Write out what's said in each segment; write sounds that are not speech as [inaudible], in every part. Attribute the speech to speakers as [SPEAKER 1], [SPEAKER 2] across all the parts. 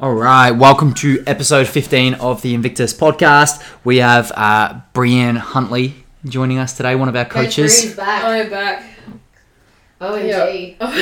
[SPEAKER 1] All right, welcome to episode 15 of the Invictus podcast. We have uh, Brianne Huntley joining us today, one of our coaches.
[SPEAKER 2] Breeze Oh, back.
[SPEAKER 3] I'm back. [laughs]
[SPEAKER 2] OMG. [laughs]
[SPEAKER 3] I'm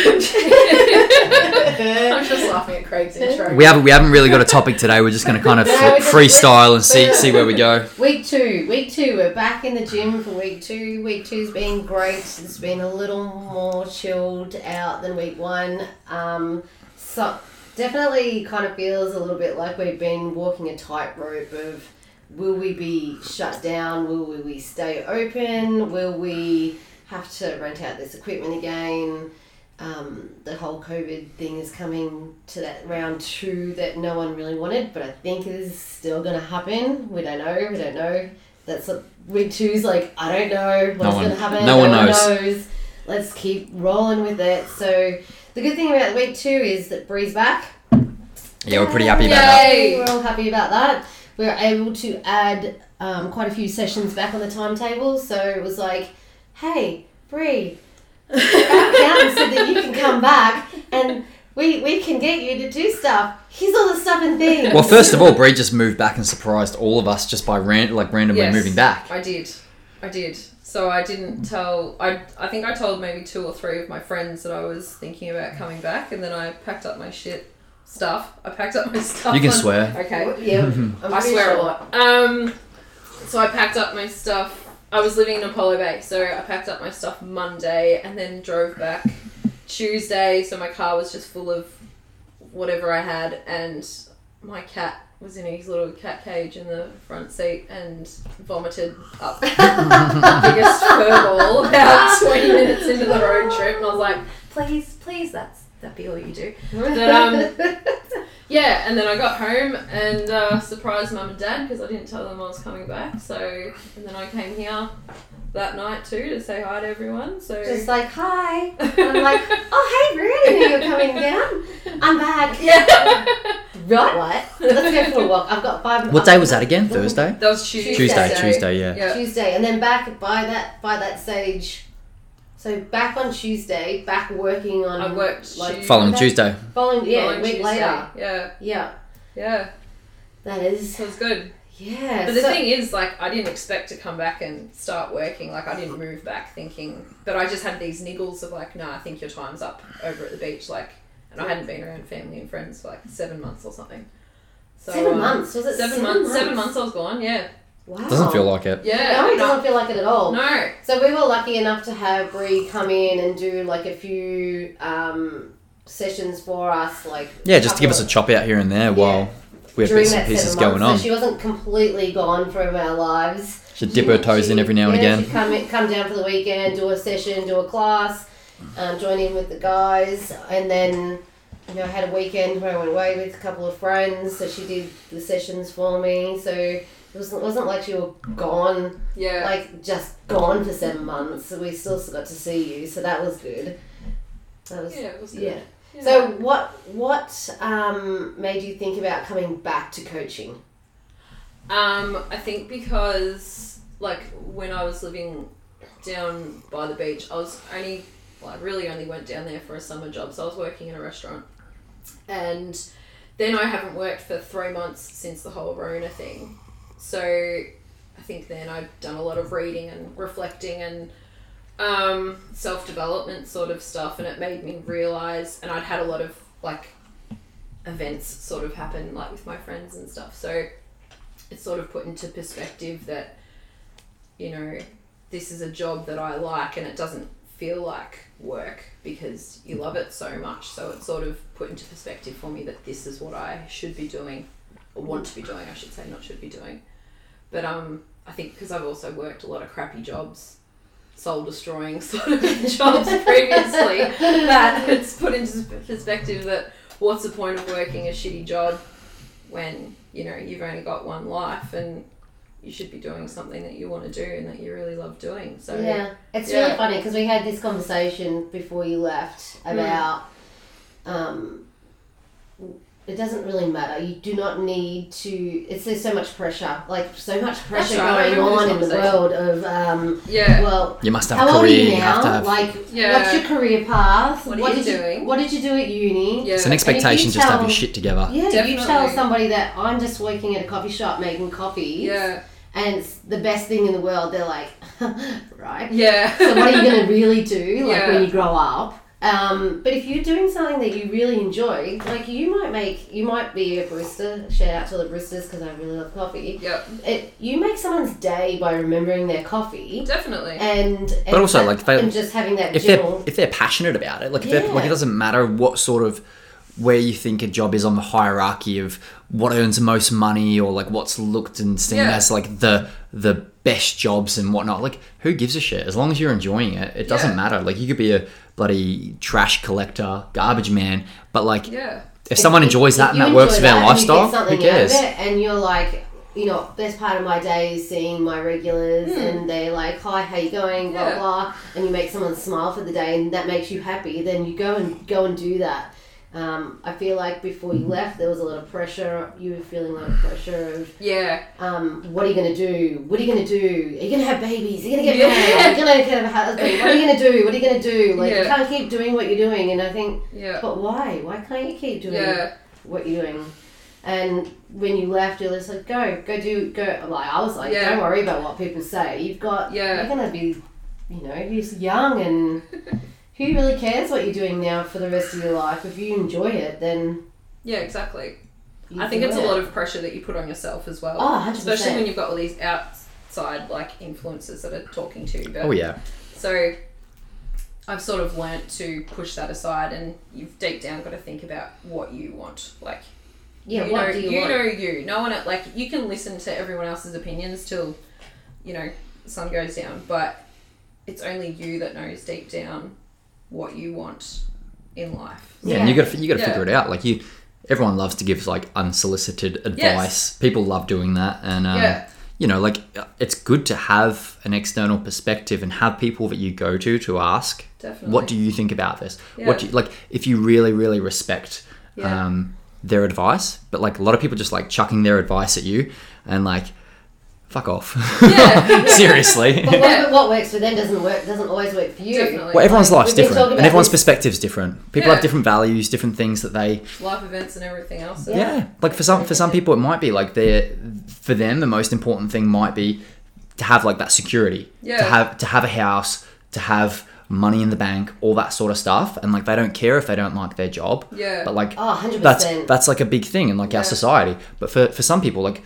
[SPEAKER 3] just laughing at Craig's intro.
[SPEAKER 1] We haven't we haven't really got a topic today. We're just going to kind of
[SPEAKER 2] No, we're just-
[SPEAKER 1] freestyle and see see where we go.
[SPEAKER 2] Week two. Week two. We're back in the gym for week two. Week two's been great. It's been a little more chilled out than week one. Um, so definitely kind of feels a little bit like we've been walking a tightrope of will we be shut down? Will we, we stay open? Will we have to rent out this equipment again? Um, the whole COVID thing is coming to that round two that no one really wanted, but I think it is still going to happen. We don't know. We don't know. That's what week two's like. I don't know
[SPEAKER 1] No
[SPEAKER 2] what's
[SPEAKER 1] one-
[SPEAKER 2] going to happen.
[SPEAKER 1] no one knows.
[SPEAKER 2] knows. Let's keep rolling with it. So the good thing about week two is that Bree's back.
[SPEAKER 1] Yeah, we're pretty happy about that.
[SPEAKER 3] Yay.
[SPEAKER 2] We're all happy about that. We were able to add um, quite a few sessions back on the timetable, so it was like, hey, Bree, Gavin said that you can come back and we, we can get you to do stuff. Here's all the stuff and things.
[SPEAKER 1] Well, first of all, Bree just moved back and surprised all of us just by ran- like randomly
[SPEAKER 3] Yes.
[SPEAKER 1] moving back.
[SPEAKER 3] I did. I did. So I didn't tell. I I think I told maybe two or three of my friends that I was thinking about coming back, and then I packed up my shit stuff. I packed up my stuff.
[SPEAKER 1] You can
[SPEAKER 3] on-
[SPEAKER 1] swear. [laughs]
[SPEAKER 3] Okay.
[SPEAKER 2] [laughs] yeah, I'm
[SPEAKER 3] I
[SPEAKER 2] pretty
[SPEAKER 3] swear a
[SPEAKER 2] sure.
[SPEAKER 3] lot. Um, so I packed up my stuff. I was living in Apollo Bay, so I packed up my stuff Monday and then drove back Tuesday. So my car was just full of whatever I had, and my cat was in his little cat cage in the front seat and vomited up [laughs]
[SPEAKER 2] [laughs]
[SPEAKER 3] the biggest furball about 20 minutes into the road trip. And I was like, please, please, that's that'd be all
[SPEAKER 2] [laughs]
[SPEAKER 3] you do. But, um, Yeah, and then I got home and uh, surprised mum and dad because I didn't tell them I was coming back. So, and then I came here that night too to say hi to everyone. So, [laughs]
[SPEAKER 2] Just like, hi. I'm like, oh, hey, Bree, I didn't know you were coming down. I'm back.
[SPEAKER 3] [laughs] yeah,
[SPEAKER 2] Right, what? Let's go for a walk. I've got five
[SPEAKER 1] What day was that again? Thursday.
[SPEAKER 3] that was Tuesday.
[SPEAKER 1] Tuesday.
[SPEAKER 2] Tuesday.
[SPEAKER 1] Tuesday. Yeah.
[SPEAKER 3] Yeah.
[SPEAKER 2] Tuesday, and then back by that by that stage. So back on Tuesday, back working on.
[SPEAKER 3] I worked
[SPEAKER 2] like,
[SPEAKER 3] Tuesday.
[SPEAKER 1] Following
[SPEAKER 2] Okay.
[SPEAKER 1] Tuesday.
[SPEAKER 2] Following yeah,
[SPEAKER 3] Following
[SPEAKER 2] a week
[SPEAKER 3] Tuesday.
[SPEAKER 2] later.
[SPEAKER 3] Yeah,
[SPEAKER 2] Yeah,
[SPEAKER 3] yeah.
[SPEAKER 2] that is
[SPEAKER 3] So it was good.
[SPEAKER 2] yeah.
[SPEAKER 3] But the
[SPEAKER 2] so-
[SPEAKER 3] thing is, like, I didn't expect to come back and start working. Like, I didn't move back thinking, but I just had these niggles of like, no, I think your time's up over at the beach. Like, and I hadn't been around family and friends for like seven months or something. So,
[SPEAKER 2] seven
[SPEAKER 3] um,
[SPEAKER 2] months was it?
[SPEAKER 3] Seven, months, Seven months. I was gone. Yeah.
[SPEAKER 2] Wow.
[SPEAKER 1] Doesn't feel like it.
[SPEAKER 3] Yeah.
[SPEAKER 2] No, it doesn't feel like it at all.
[SPEAKER 3] No.
[SPEAKER 2] So we were lucky enough to have Bree come in and do like a few um, sessions for us, like
[SPEAKER 1] Yeah, just to give us a
[SPEAKER 2] couple
[SPEAKER 1] chop out here and there while we have
[SPEAKER 2] during
[SPEAKER 1] bits and
[SPEAKER 2] that
[SPEAKER 1] pieces
[SPEAKER 2] seven
[SPEAKER 1] going on.
[SPEAKER 2] months. So she wasn't completely gone from our lives.
[SPEAKER 1] Should dip her toes in every now and
[SPEAKER 2] Yeah,
[SPEAKER 1] again.
[SPEAKER 2] she'd Come in- come down for the weekend, do a session, do a class, um, join in with the guys, and then you know I had a weekend where I went away with a couple of friends, so she did the sessions for me. So it wasn't wasn't like you were gone,
[SPEAKER 3] Yeah.
[SPEAKER 2] like just gone for seven months. So we still got to see you, so that was good. That was
[SPEAKER 3] yeah. It was good.
[SPEAKER 2] yeah.
[SPEAKER 3] Yeah.
[SPEAKER 2] So what what um, made you think about coming back to
[SPEAKER 3] [laughs]
[SPEAKER 2] coaching?
[SPEAKER 3] Um, I think because like when I was living down by the beach, I was only well, I really only went down there for a summer job, so I was working in a restaurant, and then I haven't worked for three months since the whole Rona thing. So I think then I've done a lot of reading and reflecting and um, self development sort of stuff, and it made me realize. And I'd had a lot of like events sort of happen, like with my friends and stuff. So it's sort of put into perspective that you know this is a job that I like and it doesn't feel like work because you love it so much so it sort of put into perspective for me that this is what I should be doing or want to be doing I should say not should be doing but um I think because I've also worked a lot of crappy jobs soul destroying [laughs] sort of jobs previously that [laughs] it's put into perspective that what's the point of working a shitty job when you know you've only got one life and you should be doing something that you want to do and that you really love doing so
[SPEAKER 2] Yeah, it's
[SPEAKER 3] Yeah. Hmm.
[SPEAKER 2] really funny because we had this conversation before you left about um, it doesn't really matter. You do not need to. It's there's so much pressure, like so much pressure
[SPEAKER 3] right, I
[SPEAKER 2] going
[SPEAKER 3] remember
[SPEAKER 2] on
[SPEAKER 3] this
[SPEAKER 2] in the
[SPEAKER 3] conversation.
[SPEAKER 2] world of um.
[SPEAKER 3] Yeah.
[SPEAKER 2] Well,
[SPEAKER 1] You must have
[SPEAKER 2] how
[SPEAKER 1] a
[SPEAKER 2] old are
[SPEAKER 1] career.
[SPEAKER 2] you
[SPEAKER 1] You have to
[SPEAKER 2] now?
[SPEAKER 1] have.
[SPEAKER 2] Like,
[SPEAKER 3] Yeah.
[SPEAKER 2] what's your career path?
[SPEAKER 3] What are you
[SPEAKER 2] did
[SPEAKER 3] doing?
[SPEAKER 2] what did you do at uni?
[SPEAKER 3] Yeah.
[SPEAKER 1] it's an expectation just to have your
[SPEAKER 2] tell-
[SPEAKER 1] shit together.
[SPEAKER 2] Yeah, you tell
[SPEAKER 3] Definitely.
[SPEAKER 2] somebody that I'm just working at a coffee shop making coffee.
[SPEAKER 3] yeah.
[SPEAKER 2] And it's the best thing in the world. They're like, [laughs] right.
[SPEAKER 3] [laughs] Yeah.
[SPEAKER 2] So what are you going to really do like
[SPEAKER 3] [laughs] Yeah.
[SPEAKER 2] when you grow up? Um, but if you're doing something that you really enjoy, like you might make, you might be a barista. Shout out to all the baristas because I really love coffee.
[SPEAKER 3] Yep.
[SPEAKER 2] It, you make someone's day by remembering their coffee
[SPEAKER 3] Definitely.
[SPEAKER 2] and, and
[SPEAKER 1] But also, like, if they-
[SPEAKER 2] and just having that
[SPEAKER 1] if they're
[SPEAKER 2] general.
[SPEAKER 1] if they're passionate about it, like if they're, like it
[SPEAKER 2] Yeah.
[SPEAKER 1] doesn't matter what sort of where you think a job is on the hierarchy of what earns the most money or like what's looked and seen
[SPEAKER 3] Yeah.
[SPEAKER 1] as like the the best jobs and whatnot. Like who gives a shit? As long as you're enjoying it, it doesn't
[SPEAKER 3] Yeah.
[SPEAKER 1] matter. Like you could be a bloody trash collector, garbage man, but like
[SPEAKER 3] yeah.
[SPEAKER 1] if someone enjoys that and that works for their lifestyle, who cares?
[SPEAKER 2] and you're like, you know, best part of my day is seeing my regulars, and they're like, "Hi, how you going?" Blah
[SPEAKER 3] Hmm. Yeah.
[SPEAKER 2] blah, and you make someone smile for the day, and that makes you happy. Then you go and go and do that. Um, I feel like before
[SPEAKER 1] Mm-hmm.
[SPEAKER 2] you left, there was a lot of pressure. You were feeling a lot of pressure of,
[SPEAKER 3] Yeah.
[SPEAKER 2] um, what are you gonna do? What are you gonna do? Are you gonna have babies? Are you gonna get
[SPEAKER 3] Yeah.
[SPEAKER 2] married? Are you gonna have a husband? What are you gonna do? What are you gonna do? Like you
[SPEAKER 3] Yeah.
[SPEAKER 2] can't keep doing what you're doing, and I think,
[SPEAKER 3] Yeah.
[SPEAKER 2] but why? Why can't you keep doing?
[SPEAKER 3] Yeah.
[SPEAKER 2] what you're doing. And when you left, you're just like, go, go do, go. Like I was like,
[SPEAKER 3] Yeah.
[SPEAKER 2] don't worry about what people say. You've got,
[SPEAKER 3] Yeah.
[SPEAKER 2] you're gonna be, you know, you're young,
[SPEAKER 3] [laughs]
[SPEAKER 2] and who really cares what you're doing now for the rest of your life? If you enjoy it, then
[SPEAKER 3] Yeah. Exactly.
[SPEAKER 2] you
[SPEAKER 3] I think
[SPEAKER 2] do
[SPEAKER 3] it's
[SPEAKER 2] it.
[SPEAKER 3] a lot of pressure that you put on yourself as well.
[SPEAKER 2] Oh, 100%.
[SPEAKER 3] Especially when you've got all these outside like influences that are talking to you. But,
[SPEAKER 1] Oh yeah,
[SPEAKER 3] So I've sort of learnt to push that aside, and you've deep down got to think about what you want. Like
[SPEAKER 2] yeah.
[SPEAKER 3] you
[SPEAKER 2] what
[SPEAKER 3] know,
[SPEAKER 2] do you,
[SPEAKER 3] you
[SPEAKER 2] want?
[SPEAKER 3] know you. No one like you can listen to everyone else's opinions till you know sun goes down, but it's only you that knows deep down what you want in life.
[SPEAKER 1] yeah. And you
[SPEAKER 2] Yeah.
[SPEAKER 1] got to you got to
[SPEAKER 3] Yeah.
[SPEAKER 1] figure it out. Like you, everyone loves to give like unsolicited advice. People love doing that, and um,
[SPEAKER 3] Yeah.
[SPEAKER 1] you know, like uh, it's good to have an external perspective and have people that you go to to ask,
[SPEAKER 3] Definitely.
[SPEAKER 1] what do you think about this?
[SPEAKER 3] Yeah.
[SPEAKER 1] What do you, like if you really really respect
[SPEAKER 3] Yeah.
[SPEAKER 1] um, their advice, but like a lot of people just like chucking their advice at you and like fuck off.
[SPEAKER 3] Yeah.
[SPEAKER 1] [laughs]
[SPEAKER 3] [laughs]
[SPEAKER 1] Seriously.
[SPEAKER 2] But
[SPEAKER 3] Yeah.
[SPEAKER 2] what,
[SPEAKER 3] [laughs]
[SPEAKER 2] what works for them doesn't work. Doesn't always work for you.
[SPEAKER 3] Definitely.
[SPEAKER 1] Well, everyone's
[SPEAKER 2] Like,
[SPEAKER 1] life's
[SPEAKER 2] we've been
[SPEAKER 1] different,
[SPEAKER 2] talking
[SPEAKER 1] and
[SPEAKER 2] about
[SPEAKER 1] everyone's
[SPEAKER 2] this-
[SPEAKER 1] perspective's different. People
[SPEAKER 3] Yeah.
[SPEAKER 1] have different values, different things that they
[SPEAKER 3] Life events and everything else.
[SPEAKER 2] Yeah.
[SPEAKER 1] yeah like for some for some people it might be like they're for them the most important thing might be to have like that security
[SPEAKER 3] Yeah.
[SPEAKER 1] to have to have a house to have money in the bank all that sort of stuff and like they don't care if they don't like their job
[SPEAKER 3] Yeah.
[SPEAKER 1] but like
[SPEAKER 2] Oh, 100%.
[SPEAKER 1] that's that's like a big thing in like
[SPEAKER 3] Yeah.
[SPEAKER 1] our society but for for some people like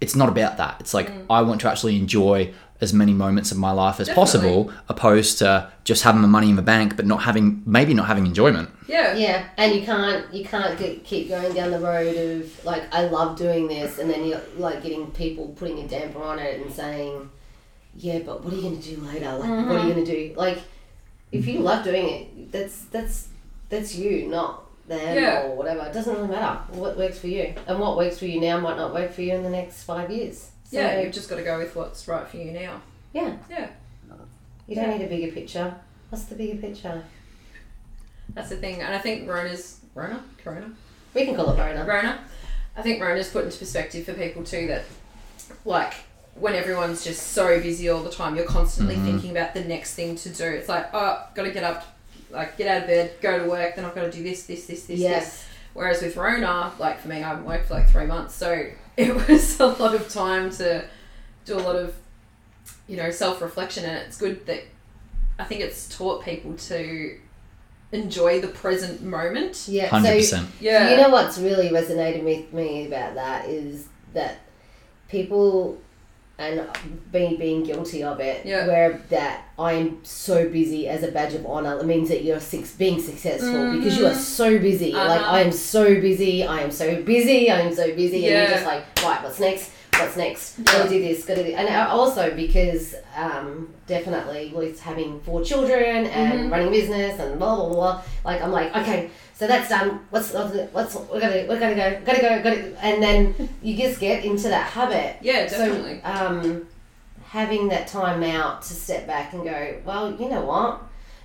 [SPEAKER 1] it's not about that it's like i want to actually enjoy as many moments of my life as
[SPEAKER 3] Mm. Definitely.
[SPEAKER 1] possible opposed to just having the money in the bank but not having maybe not having enjoyment
[SPEAKER 3] Yeah.
[SPEAKER 2] Yeah, and you can't you can't get, keep going down the road of like I love doing this, and then you're like getting people putting a damper on it and saying, yeah, but what are you gonna do later? Like, what
[SPEAKER 3] Mm-hmm.
[SPEAKER 2] are you gonna do? Like, if you love doing it, that's that's that's you, not them
[SPEAKER 3] Yeah.
[SPEAKER 2] or whatever. It doesn't really matter what works for you, and what works for you now might not work for you in the next five years. So
[SPEAKER 3] Yeah, you've just got to go with what's right for you now.
[SPEAKER 2] Yeah.
[SPEAKER 3] Yeah.
[SPEAKER 2] you don't need a bigger picture. What's the bigger picture?
[SPEAKER 3] That's the thing. And I think Rona's. Rona? Corona?
[SPEAKER 2] We can call it Rona.
[SPEAKER 3] Rona? I think Rona's put into perspective for people too that, like, when everyone's just so busy all the time, you're constantly thinking about the next thing to do. It's like, oh, got to get up, like, get out of bed, go to work, then I've got to do this, this, this, this, this.
[SPEAKER 2] Yes,
[SPEAKER 3] Whereas with Rona, like, for me, I haven't worked for like three months, so [laughs] it was a lot of time to do a lot of, you know, self reflection, and it's good that I think it's taught people to enjoy the present moment.
[SPEAKER 2] yeah. so-
[SPEAKER 1] 100%
[SPEAKER 3] Yeah.
[SPEAKER 2] You know what's really resonated with me about that is that people and me being guilty of it
[SPEAKER 3] Yeah.
[SPEAKER 2] where that I am so busy as a badge of honor it means that you're six, being successful because you are so busy like
[SPEAKER 3] Mm-hmm. Uh-huh.
[SPEAKER 2] I am so busy I am so busy I am so busy and
[SPEAKER 3] Yeah.
[SPEAKER 2] you're just like right what's next what's next
[SPEAKER 3] Yeah.
[SPEAKER 2] gotta do this gotta do and also because um, definitely with having four children and
[SPEAKER 3] Mm-hmm.
[SPEAKER 2] running a business and blah blah blah like I'm like okay so that's done. What's what's we're gonna we're gonna go gotta go gotta and then you just get into that habit.
[SPEAKER 3] Yeah, definitely.
[SPEAKER 2] So, um, having that time out to step back and go, well, you know what?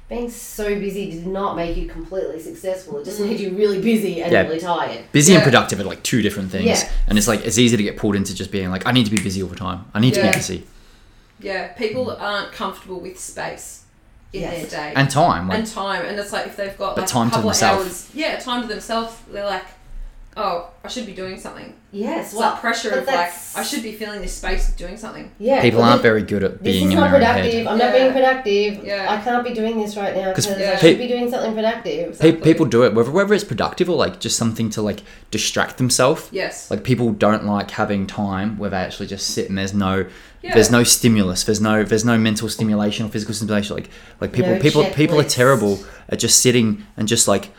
[SPEAKER 2] being so busy did not make you completely successful. It just
[SPEAKER 3] Mm.
[SPEAKER 2] made you really busy and
[SPEAKER 1] Yeah.
[SPEAKER 2] really tired.
[SPEAKER 1] Busy and
[SPEAKER 3] Yeah.
[SPEAKER 1] productive are like two different things,
[SPEAKER 2] Yeah.
[SPEAKER 1] and it's like it's easy to get pulled into just being like, I need to be busy all the time. I need to
[SPEAKER 3] Yeah.
[SPEAKER 1] be busy
[SPEAKER 3] Yeah, people aren't comfortable with space in
[SPEAKER 2] Yes.
[SPEAKER 3] their day
[SPEAKER 1] and time. Like,
[SPEAKER 3] and time, and it's like if they've got
[SPEAKER 1] But
[SPEAKER 3] like
[SPEAKER 1] time
[SPEAKER 3] a
[SPEAKER 1] to
[SPEAKER 3] couple of
[SPEAKER 1] themselves.
[SPEAKER 3] hours, yeah, time to themselves, they're like, oh, I should be doing something.
[SPEAKER 2] Yes,
[SPEAKER 3] It's
[SPEAKER 2] well,
[SPEAKER 3] that pressure
[SPEAKER 2] but
[SPEAKER 3] of like,
[SPEAKER 2] that's-
[SPEAKER 3] I should be filling this space with doing something.
[SPEAKER 2] yeah,
[SPEAKER 1] people
[SPEAKER 2] well,
[SPEAKER 1] aren't
[SPEAKER 2] thi-
[SPEAKER 1] very good at
[SPEAKER 2] This
[SPEAKER 1] being
[SPEAKER 2] is
[SPEAKER 1] in
[SPEAKER 2] not
[SPEAKER 1] their own head.
[SPEAKER 2] productive. I'm not
[SPEAKER 3] Yeah.
[SPEAKER 2] being productive.
[SPEAKER 3] Yeah.
[SPEAKER 2] I can't be doing this right now
[SPEAKER 1] 'Cause
[SPEAKER 2] because I
[SPEAKER 3] pe-
[SPEAKER 2] should be doing something productive.
[SPEAKER 1] Pe-
[SPEAKER 3] Exactly.
[SPEAKER 1] people do it whether whether it's productive or like just something to like distract themselves.
[SPEAKER 3] Yes.
[SPEAKER 1] Like people don't like having time where they actually just sit and there's no
[SPEAKER 3] Yeah.
[SPEAKER 1] there's no stimulus. There's no there's no mental stimulation or physical stimulation. Like like people
[SPEAKER 2] No
[SPEAKER 1] people people are
[SPEAKER 2] checklist.
[SPEAKER 1] terrible at just sitting and just like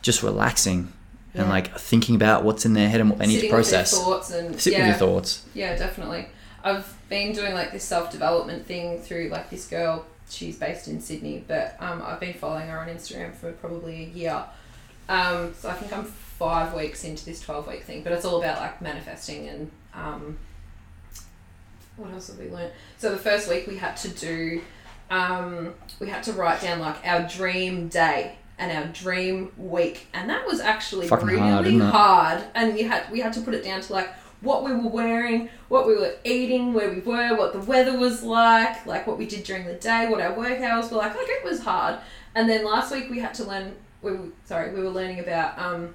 [SPEAKER 1] just relaxing and
[SPEAKER 2] Yeah.
[SPEAKER 1] like thinking about what's in their head and what they need to
[SPEAKER 3] Sitting
[SPEAKER 1] process.
[SPEAKER 3] With their thoughts and
[SPEAKER 1] Sit
[SPEAKER 3] yeah,
[SPEAKER 1] with your thoughts.
[SPEAKER 3] Yeah, definitely. I've been doing like this self development thing through like this girl. She's based in Sydney, but um, I've been following her on Instagram for probably a year. Um, so I think I'm five weeks into this twelve week thing, but it's all about like manifesting and um, what else have we learned? So the first week we had to do, um, we had to write down like our dream day and our dream week, and that was actually
[SPEAKER 1] Fucking
[SPEAKER 3] really
[SPEAKER 1] hard, isn't it?
[SPEAKER 3] hard. And you had we had to put it down to like what we were wearing, what we were eating, where we were, what the weather was like, like what we did during the day, what our work hours were like. Like it was hard. And then last week we had to learn. We were, sorry, we were learning about um,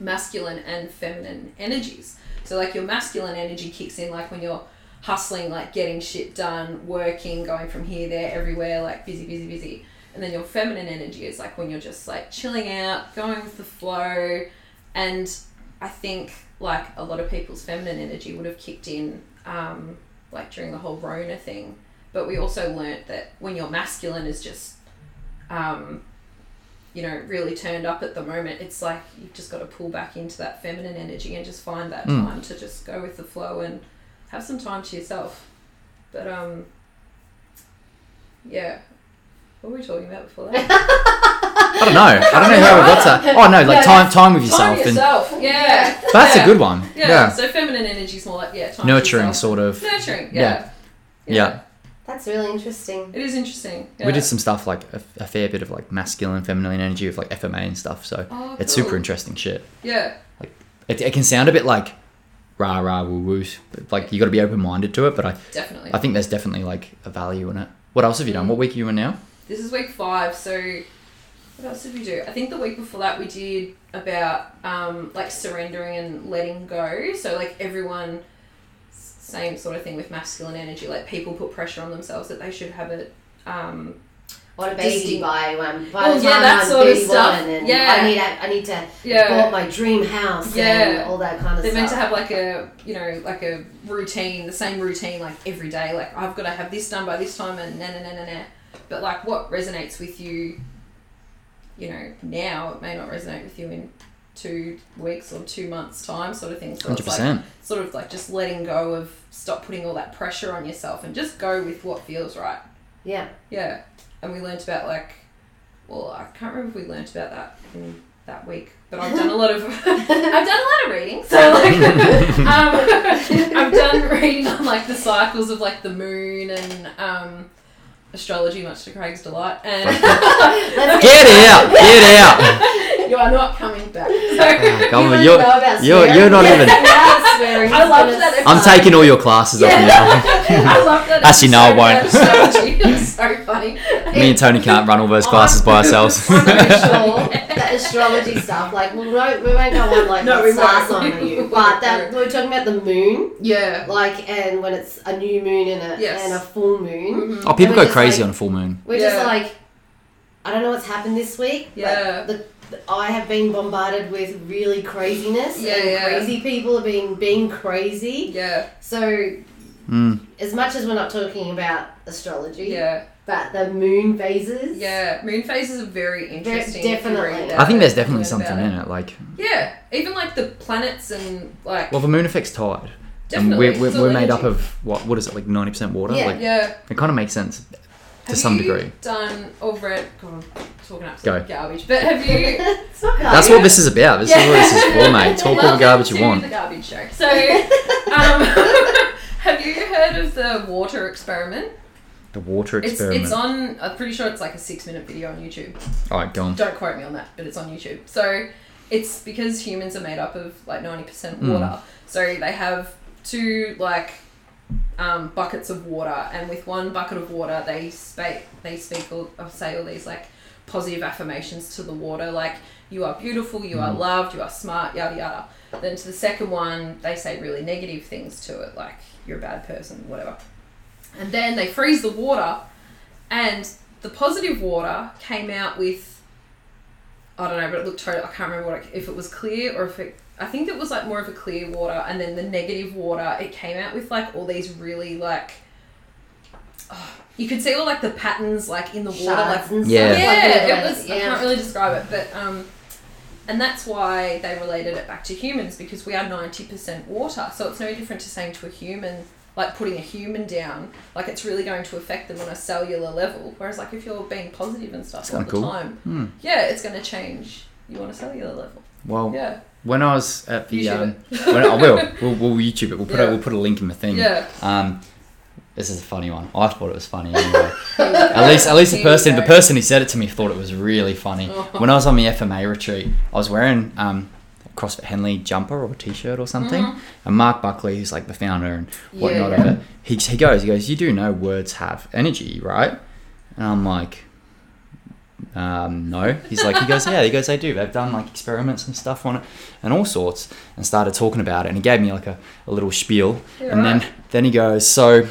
[SPEAKER 3] masculine and feminine energies. So like your masculine energy kicks in like when you're hustling, like getting shit done, working, going from here, there, everywhere, like busy, busy, busy. And then your feminine energy is like when you're just like chilling out, going with the flow. And I think like a lot of people's feminine energy would have kicked in um, like during the whole Rona thing. But we also learnt that when your masculine is just, um, you know, really turned up at the moment, it's like you've just got to pull back into that feminine energy and just find that
[SPEAKER 1] Mm.
[SPEAKER 3] time to just go with the flow and have some time to yourself. But um, yeah. What were we talking about before that?
[SPEAKER 1] I don't know. I don't know how we got to. Oh no, like
[SPEAKER 2] No,
[SPEAKER 1] time time with yourself,
[SPEAKER 3] time yourself. Yeah.
[SPEAKER 1] and that's
[SPEAKER 3] Yeah.
[SPEAKER 1] a good one.
[SPEAKER 3] Yeah.
[SPEAKER 1] Yeah,
[SPEAKER 3] So feminine energy is more like yeah, time to
[SPEAKER 1] nurturing
[SPEAKER 3] yourself.
[SPEAKER 1] sort of.
[SPEAKER 3] Nurturing.
[SPEAKER 1] Yeah.
[SPEAKER 3] Yeah.
[SPEAKER 1] yeah.
[SPEAKER 2] That's really interesting.
[SPEAKER 3] It is interesting.
[SPEAKER 1] We
[SPEAKER 3] yeah.
[SPEAKER 1] did some stuff like a, a fair bit of like masculine, feminine energy with like FMA and stuff. So
[SPEAKER 3] Oh,
[SPEAKER 1] it's
[SPEAKER 3] cool.
[SPEAKER 1] super interesting shit.
[SPEAKER 3] Yeah.
[SPEAKER 1] It, it can sound a bit like rah rah woo woo. but, Like you got to be open minded to it. But I
[SPEAKER 3] Definitely.
[SPEAKER 1] I think there's definitely like a value in it. What else have you done? What week are you in now?
[SPEAKER 3] this is week five, so what else did we do? I think the week before that we did about um, like surrendering and letting go. So like everyone, s- same sort of thing with masculine energy. Like people put pressure on themselves that they should have it. Um,
[SPEAKER 2] What a
[SPEAKER 3] Distinct.
[SPEAKER 2] baby by one. By
[SPEAKER 3] Oh,
[SPEAKER 2] the
[SPEAKER 3] yeah,
[SPEAKER 2] time
[SPEAKER 3] that
[SPEAKER 2] I'm
[SPEAKER 3] sort of
[SPEAKER 2] 31
[SPEAKER 3] stuff.
[SPEAKER 2] And
[SPEAKER 3] Yeah.
[SPEAKER 2] I need. I, I need to.
[SPEAKER 3] Yeah.
[SPEAKER 2] Bought my dream house.
[SPEAKER 3] Yeah.
[SPEAKER 2] And all that kind of
[SPEAKER 3] They're meant
[SPEAKER 2] stuff.
[SPEAKER 3] to have like a you know like a routine, the same routine like every day. Like I've got to have this done by this time and na na na na na. But like what resonates with you, you know, now it may not resonate with you in two weeks or two months time, sort of thing. So
[SPEAKER 1] Hundred
[SPEAKER 3] it's like
[SPEAKER 1] percent.
[SPEAKER 3] sort of like just letting go of stop putting all that pressure on yourself and just go with what feels right.
[SPEAKER 2] yeah.
[SPEAKER 3] Yeah. And we learnt about like well, I can't remember if we learnt about that in that week. But I've done a lot of I've done a lot of reading. So like
[SPEAKER 1] [laughs]
[SPEAKER 3] um, I've done reading on like the cycles of like the moon and um, astrology much to Craig's delight and
[SPEAKER 2] Let's
[SPEAKER 1] Get out! Get
[SPEAKER 3] [laughs]
[SPEAKER 1] out!
[SPEAKER 3] you are not coming back.
[SPEAKER 1] Oh, [laughs]
[SPEAKER 3] So,
[SPEAKER 1] come
[SPEAKER 2] You
[SPEAKER 1] on,
[SPEAKER 2] wanna
[SPEAKER 1] you're
[SPEAKER 2] know about
[SPEAKER 1] you're-
[SPEAKER 2] swearing?
[SPEAKER 1] you're not
[SPEAKER 2] Yeah,
[SPEAKER 1] even-
[SPEAKER 2] about swearing.
[SPEAKER 3] I loved
[SPEAKER 2] It's
[SPEAKER 3] that
[SPEAKER 2] gonna-
[SPEAKER 1] I'm taking all your classes up now.
[SPEAKER 3] I love that.
[SPEAKER 1] Actually, no, I won't.
[SPEAKER 3] episode about astrology. It was so funny.
[SPEAKER 1] Me and Tony can't run all those classes by [laughs] ourselves.
[SPEAKER 2] I'm
[SPEAKER 3] [laughs]
[SPEAKER 2] pretty sure that astrology stuff, like, we won't, we won't go on like
[SPEAKER 3] No,
[SPEAKER 2] no,
[SPEAKER 3] we
[SPEAKER 2] SARS
[SPEAKER 3] won't.
[SPEAKER 2] on you, but
[SPEAKER 3] [laughs]
[SPEAKER 2] that we're talking about the moon,
[SPEAKER 3] Yeah.
[SPEAKER 2] like, and when it's a new moon and a
[SPEAKER 3] Yes.
[SPEAKER 2] and a full moon,
[SPEAKER 1] oh, people
[SPEAKER 2] And
[SPEAKER 1] go
[SPEAKER 2] we're just
[SPEAKER 1] crazy
[SPEAKER 2] like-
[SPEAKER 1] on full moon.
[SPEAKER 2] we're
[SPEAKER 3] Yeah.
[SPEAKER 2] just like, I don't know what's happened this week. but
[SPEAKER 3] Yeah.
[SPEAKER 2] the, I have been bombarded with really craziness.
[SPEAKER 3] Yeah,
[SPEAKER 2] and
[SPEAKER 3] yeah.
[SPEAKER 2] Crazy people are being being crazy.
[SPEAKER 3] Yeah,
[SPEAKER 2] So
[SPEAKER 1] Mm.
[SPEAKER 2] as much as we're not talking about astrology,
[SPEAKER 3] yeah,
[SPEAKER 2] but the moon phases.
[SPEAKER 3] yeah. Moon phases are very interesting. if you
[SPEAKER 2] definitely.
[SPEAKER 3] read
[SPEAKER 1] I think
[SPEAKER 3] about
[SPEAKER 1] there's
[SPEAKER 3] it,
[SPEAKER 1] definitely
[SPEAKER 3] learn about
[SPEAKER 1] something in it. Like,
[SPEAKER 3] it. Yeah, even like the planets and like
[SPEAKER 1] well, the moon affects tide, and
[SPEAKER 3] definitely.
[SPEAKER 1] we're, we're,
[SPEAKER 3] it's all
[SPEAKER 1] we're made up
[SPEAKER 3] energy.
[SPEAKER 1] of what? What is it? Like ninety percent water.
[SPEAKER 2] Yeah.
[SPEAKER 1] Like,
[SPEAKER 3] yeah.
[SPEAKER 1] It kind of makes sense to
[SPEAKER 3] Have
[SPEAKER 1] some
[SPEAKER 3] you
[SPEAKER 1] degree.
[SPEAKER 3] Done or read? God, I'm talking
[SPEAKER 1] Go.
[SPEAKER 3] absolute garbage. But have you?
[SPEAKER 2] [laughs] It's not
[SPEAKER 3] Oh,
[SPEAKER 1] That's
[SPEAKER 2] good.
[SPEAKER 1] what this is about. This is what this is for, mate.
[SPEAKER 3] [laughs]
[SPEAKER 1] Talk all the
[SPEAKER 3] Welcome
[SPEAKER 1] garbage you
[SPEAKER 3] to
[SPEAKER 1] want.
[SPEAKER 3] The garbage show. [laughs] So, um, have you heard of the water experiment?
[SPEAKER 1] The water
[SPEAKER 3] It's
[SPEAKER 1] experiment.
[SPEAKER 3] it's on. I'm pretty sure it's like a six minute video on YouTube.
[SPEAKER 1] All right, go on.
[SPEAKER 3] Don't quote me on that, but it's on YouTube. So it's because humans are made up of like 90%
[SPEAKER 1] Mm.
[SPEAKER 3] water. So they have two like um, buckets of water, and with one bucket of water, they speak they speak all, or say all these like positive affirmations to the water, like you are beautiful, you are loved, you are smart, yada yada. Then to the second one, they say really negative things to it, like you're a bad person, whatever. And then they freeze the water, and the positive water came out with I don't know, but it looked totally. I can't remember what it, if it was clear or if it. I think it was like more of a clear water, and then the negative water. It came out with like all these really like. oh, you could see all like the patterns like in the water, like
[SPEAKER 2] Shards and stuff.
[SPEAKER 1] Yeah.
[SPEAKER 2] like that.
[SPEAKER 3] yeah, it was. I can't
[SPEAKER 2] Yeah.
[SPEAKER 3] really describe it, but um, and that's why they related it back to humans because we are ninety percent water, so it's no different to saying to a human, like putting a human down, like it's really going to affect them on a cellular level. Whereas like if you're being positive and stuff all
[SPEAKER 1] kinda
[SPEAKER 3] the
[SPEAKER 1] cool.
[SPEAKER 3] time, yeah, it's going to change you on a cellular level.
[SPEAKER 1] Well,
[SPEAKER 3] Yeah,
[SPEAKER 1] when I was at the,
[SPEAKER 3] YouTube [laughs]
[SPEAKER 1] um, when I will, we'll, we'll YouTube it. We'll put
[SPEAKER 3] Yeah.
[SPEAKER 1] a, we'll put a link in the thing.
[SPEAKER 3] yeah.
[SPEAKER 1] Um, this is a funny one. I thought it was funny anyway. At least, at least the person, the person who said it to me thought it was really funny.
[SPEAKER 3] Oh.
[SPEAKER 1] When I was on the FMA retreat, I was wearing um, a CrossFit Henley jumper or t-shirt or something, and Mark Buckley, who's like the founder and
[SPEAKER 3] Mm-hmm. Yeah,
[SPEAKER 1] whatnot
[SPEAKER 3] Mm-hmm. yeah.
[SPEAKER 1] of it, he, he goes, he goes, you do know words have energy, right? And I'm like, um, no. He's like, he goes, yeah. He goes, they do. They've done like experiments and stuff on it, and all sorts, and started talking about it. And he gave me like a, a little spiel,
[SPEAKER 3] Yeah,
[SPEAKER 1] and then then he goes, so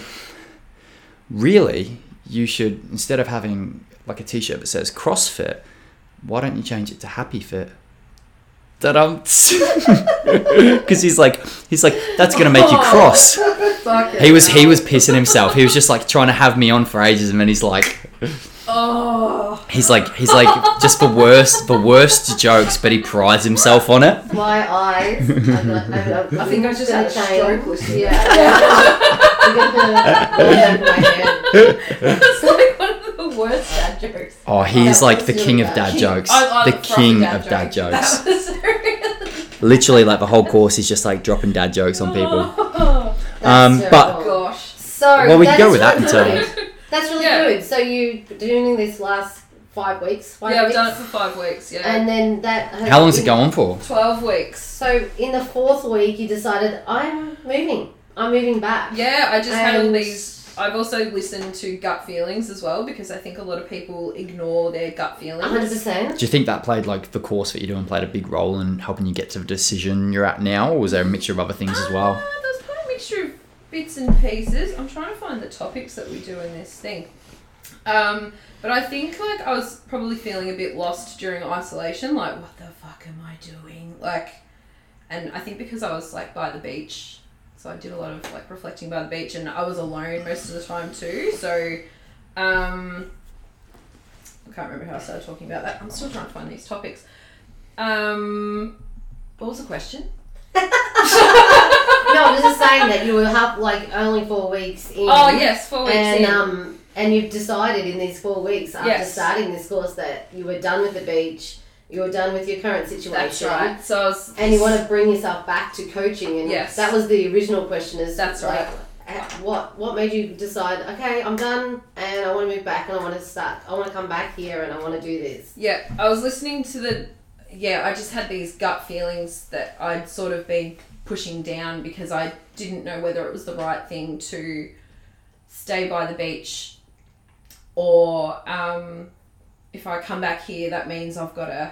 [SPEAKER 1] really, you should instead of having like a T-shirt that says CrossFit, why don't you change it to Happy Fit? Da [laughs] Because he's like, he's like, that's gonna make you cross.
[SPEAKER 3] Fuck it.
[SPEAKER 1] He was he was pissing himself. He was just like trying to have me on for ages, and then he's like,
[SPEAKER 3] Oh,
[SPEAKER 1] He's like he's like just the worst the worst jokes, but he prides himself on it. [laughs]
[SPEAKER 2] My eyes. I'm not, I'm not,
[SPEAKER 3] I think I just had a stroke listening.
[SPEAKER 2] Yeah. [laughs]
[SPEAKER 3] [laughs]
[SPEAKER 1] [laughs]
[SPEAKER 2] I'm [laughs] gonna- my head.
[SPEAKER 3] that's like one of the worst dad jokes.
[SPEAKER 1] Oh, he's
[SPEAKER 2] That
[SPEAKER 1] like
[SPEAKER 2] was
[SPEAKER 1] the
[SPEAKER 2] really
[SPEAKER 1] king of
[SPEAKER 2] bad.
[SPEAKER 1] dad
[SPEAKER 2] King-
[SPEAKER 1] jokes.
[SPEAKER 3] I- I
[SPEAKER 1] The
[SPEAKER 3] love
[SPEAKER 1] king
[SPEAKER 3] proper
[SPEAKER 1] of dad jokes.
[SPEAKER 3] That was really
[SPEAKER 1] Literally, like the whole course is just like dropping dad jokes on people.
[SPEAKER 3] [laughs] Oh,
[SPEAKER 1] Um,
[SPEAKER 2] That's
[SPEAKER 1] but-
[SPEAKER 2] terrible.
[SPEAKER 3] gosh.
[SPEAKER 2] so
[SPEAKER 1] Well, we can
[SPEAKER 2] that
[SPEAKER 1] go
[SPEAKER 2] is
[SPEAKER 1] with that
[SPEAKER 2] really
[SPEAKER 1] until-
[SPEAKER 2] good. That's really
[SPEAKER 3] Yeah.
[SPEAKER 2] good. So you doing this last five weeks? Five
[SPEAKER 3] yeah, I've
[SPEAKER 2] weeks,
[SPEAKER 3] done it for five weeks. Yeah,
[SPEAKER 2] And then that.
[SPEAKER 1] How long does it go on for?
[SPEAKER 3] twelve weeks.
[SPEAKER 2] So in the fourth week, you decided I'm moving. I'm moving back.
[SPEAKER 3] Yeah, I just had all
[SPEAKER 2] And-
[SPEAKER 3] these. I've also listened to gut feelings as well because I think a lot of people ignore their gut
[SPEAKER 2] A hundred
[SPEAKER 3] feelings.
[SPEAKER 2] percent.
[SPEAKER 1] Do you think that played like the course that you're doing played a big role in helping you get to the decision you're at now, or was there a mixture of other things as
[SPEAKER 3] Uh,
[SPEAKER 1] well?
[SPEAKER 3] there's quite a mixture of bits and pieces. I'm trying to find the topics that we do in this thing. Um, but I think like I was probably feeling a bit lost during isolation. Like, what the fuck am I doing? Like, and I think because I was like by the beach, so I did a lot of like reflecting by the beach, and I was alone most of the time too. So, um, I can't remember how I started talking about that. I'm still trying to find these topics. Um, what was the question?
[SPEAKER 2] No, I was just saying that you will have like only four weeks in.
[SPEAKER 3] Oh yes, four weeks
[SPEAKER 2] And
[SPEAKER 3] in.
[SPEAKER 2] um, and you've decided in these four weeks after
[SPEAKER 3] Yes.
[SPEAKER 2] starting this course that you were done with the beach, you were done with your current situation,
[SPEAKER 3] that's right. So I was,
[SPEAKER 2] and you want to bring yourself back to coaching. And
[SPEAKER 3] Yes.
[SPEAKER 2] that was the original question. Is
[SPEAKER 3] That's
[SPEAKER 2] like,
[SPEAKER 3] right.
[SPEAKER 2] h- What what made you decide? Okay, I'm done, and I want to move back, and I want to start. I want to come back here, and I want to do this.
[SPEAKER 3] Yeah, I was listening to the. Yeah, I just had these gut feelings that I'd sort of been pushing down because I didn't know whether it was the right thing to stay by the beach or um, if I come back here, that means I've got to.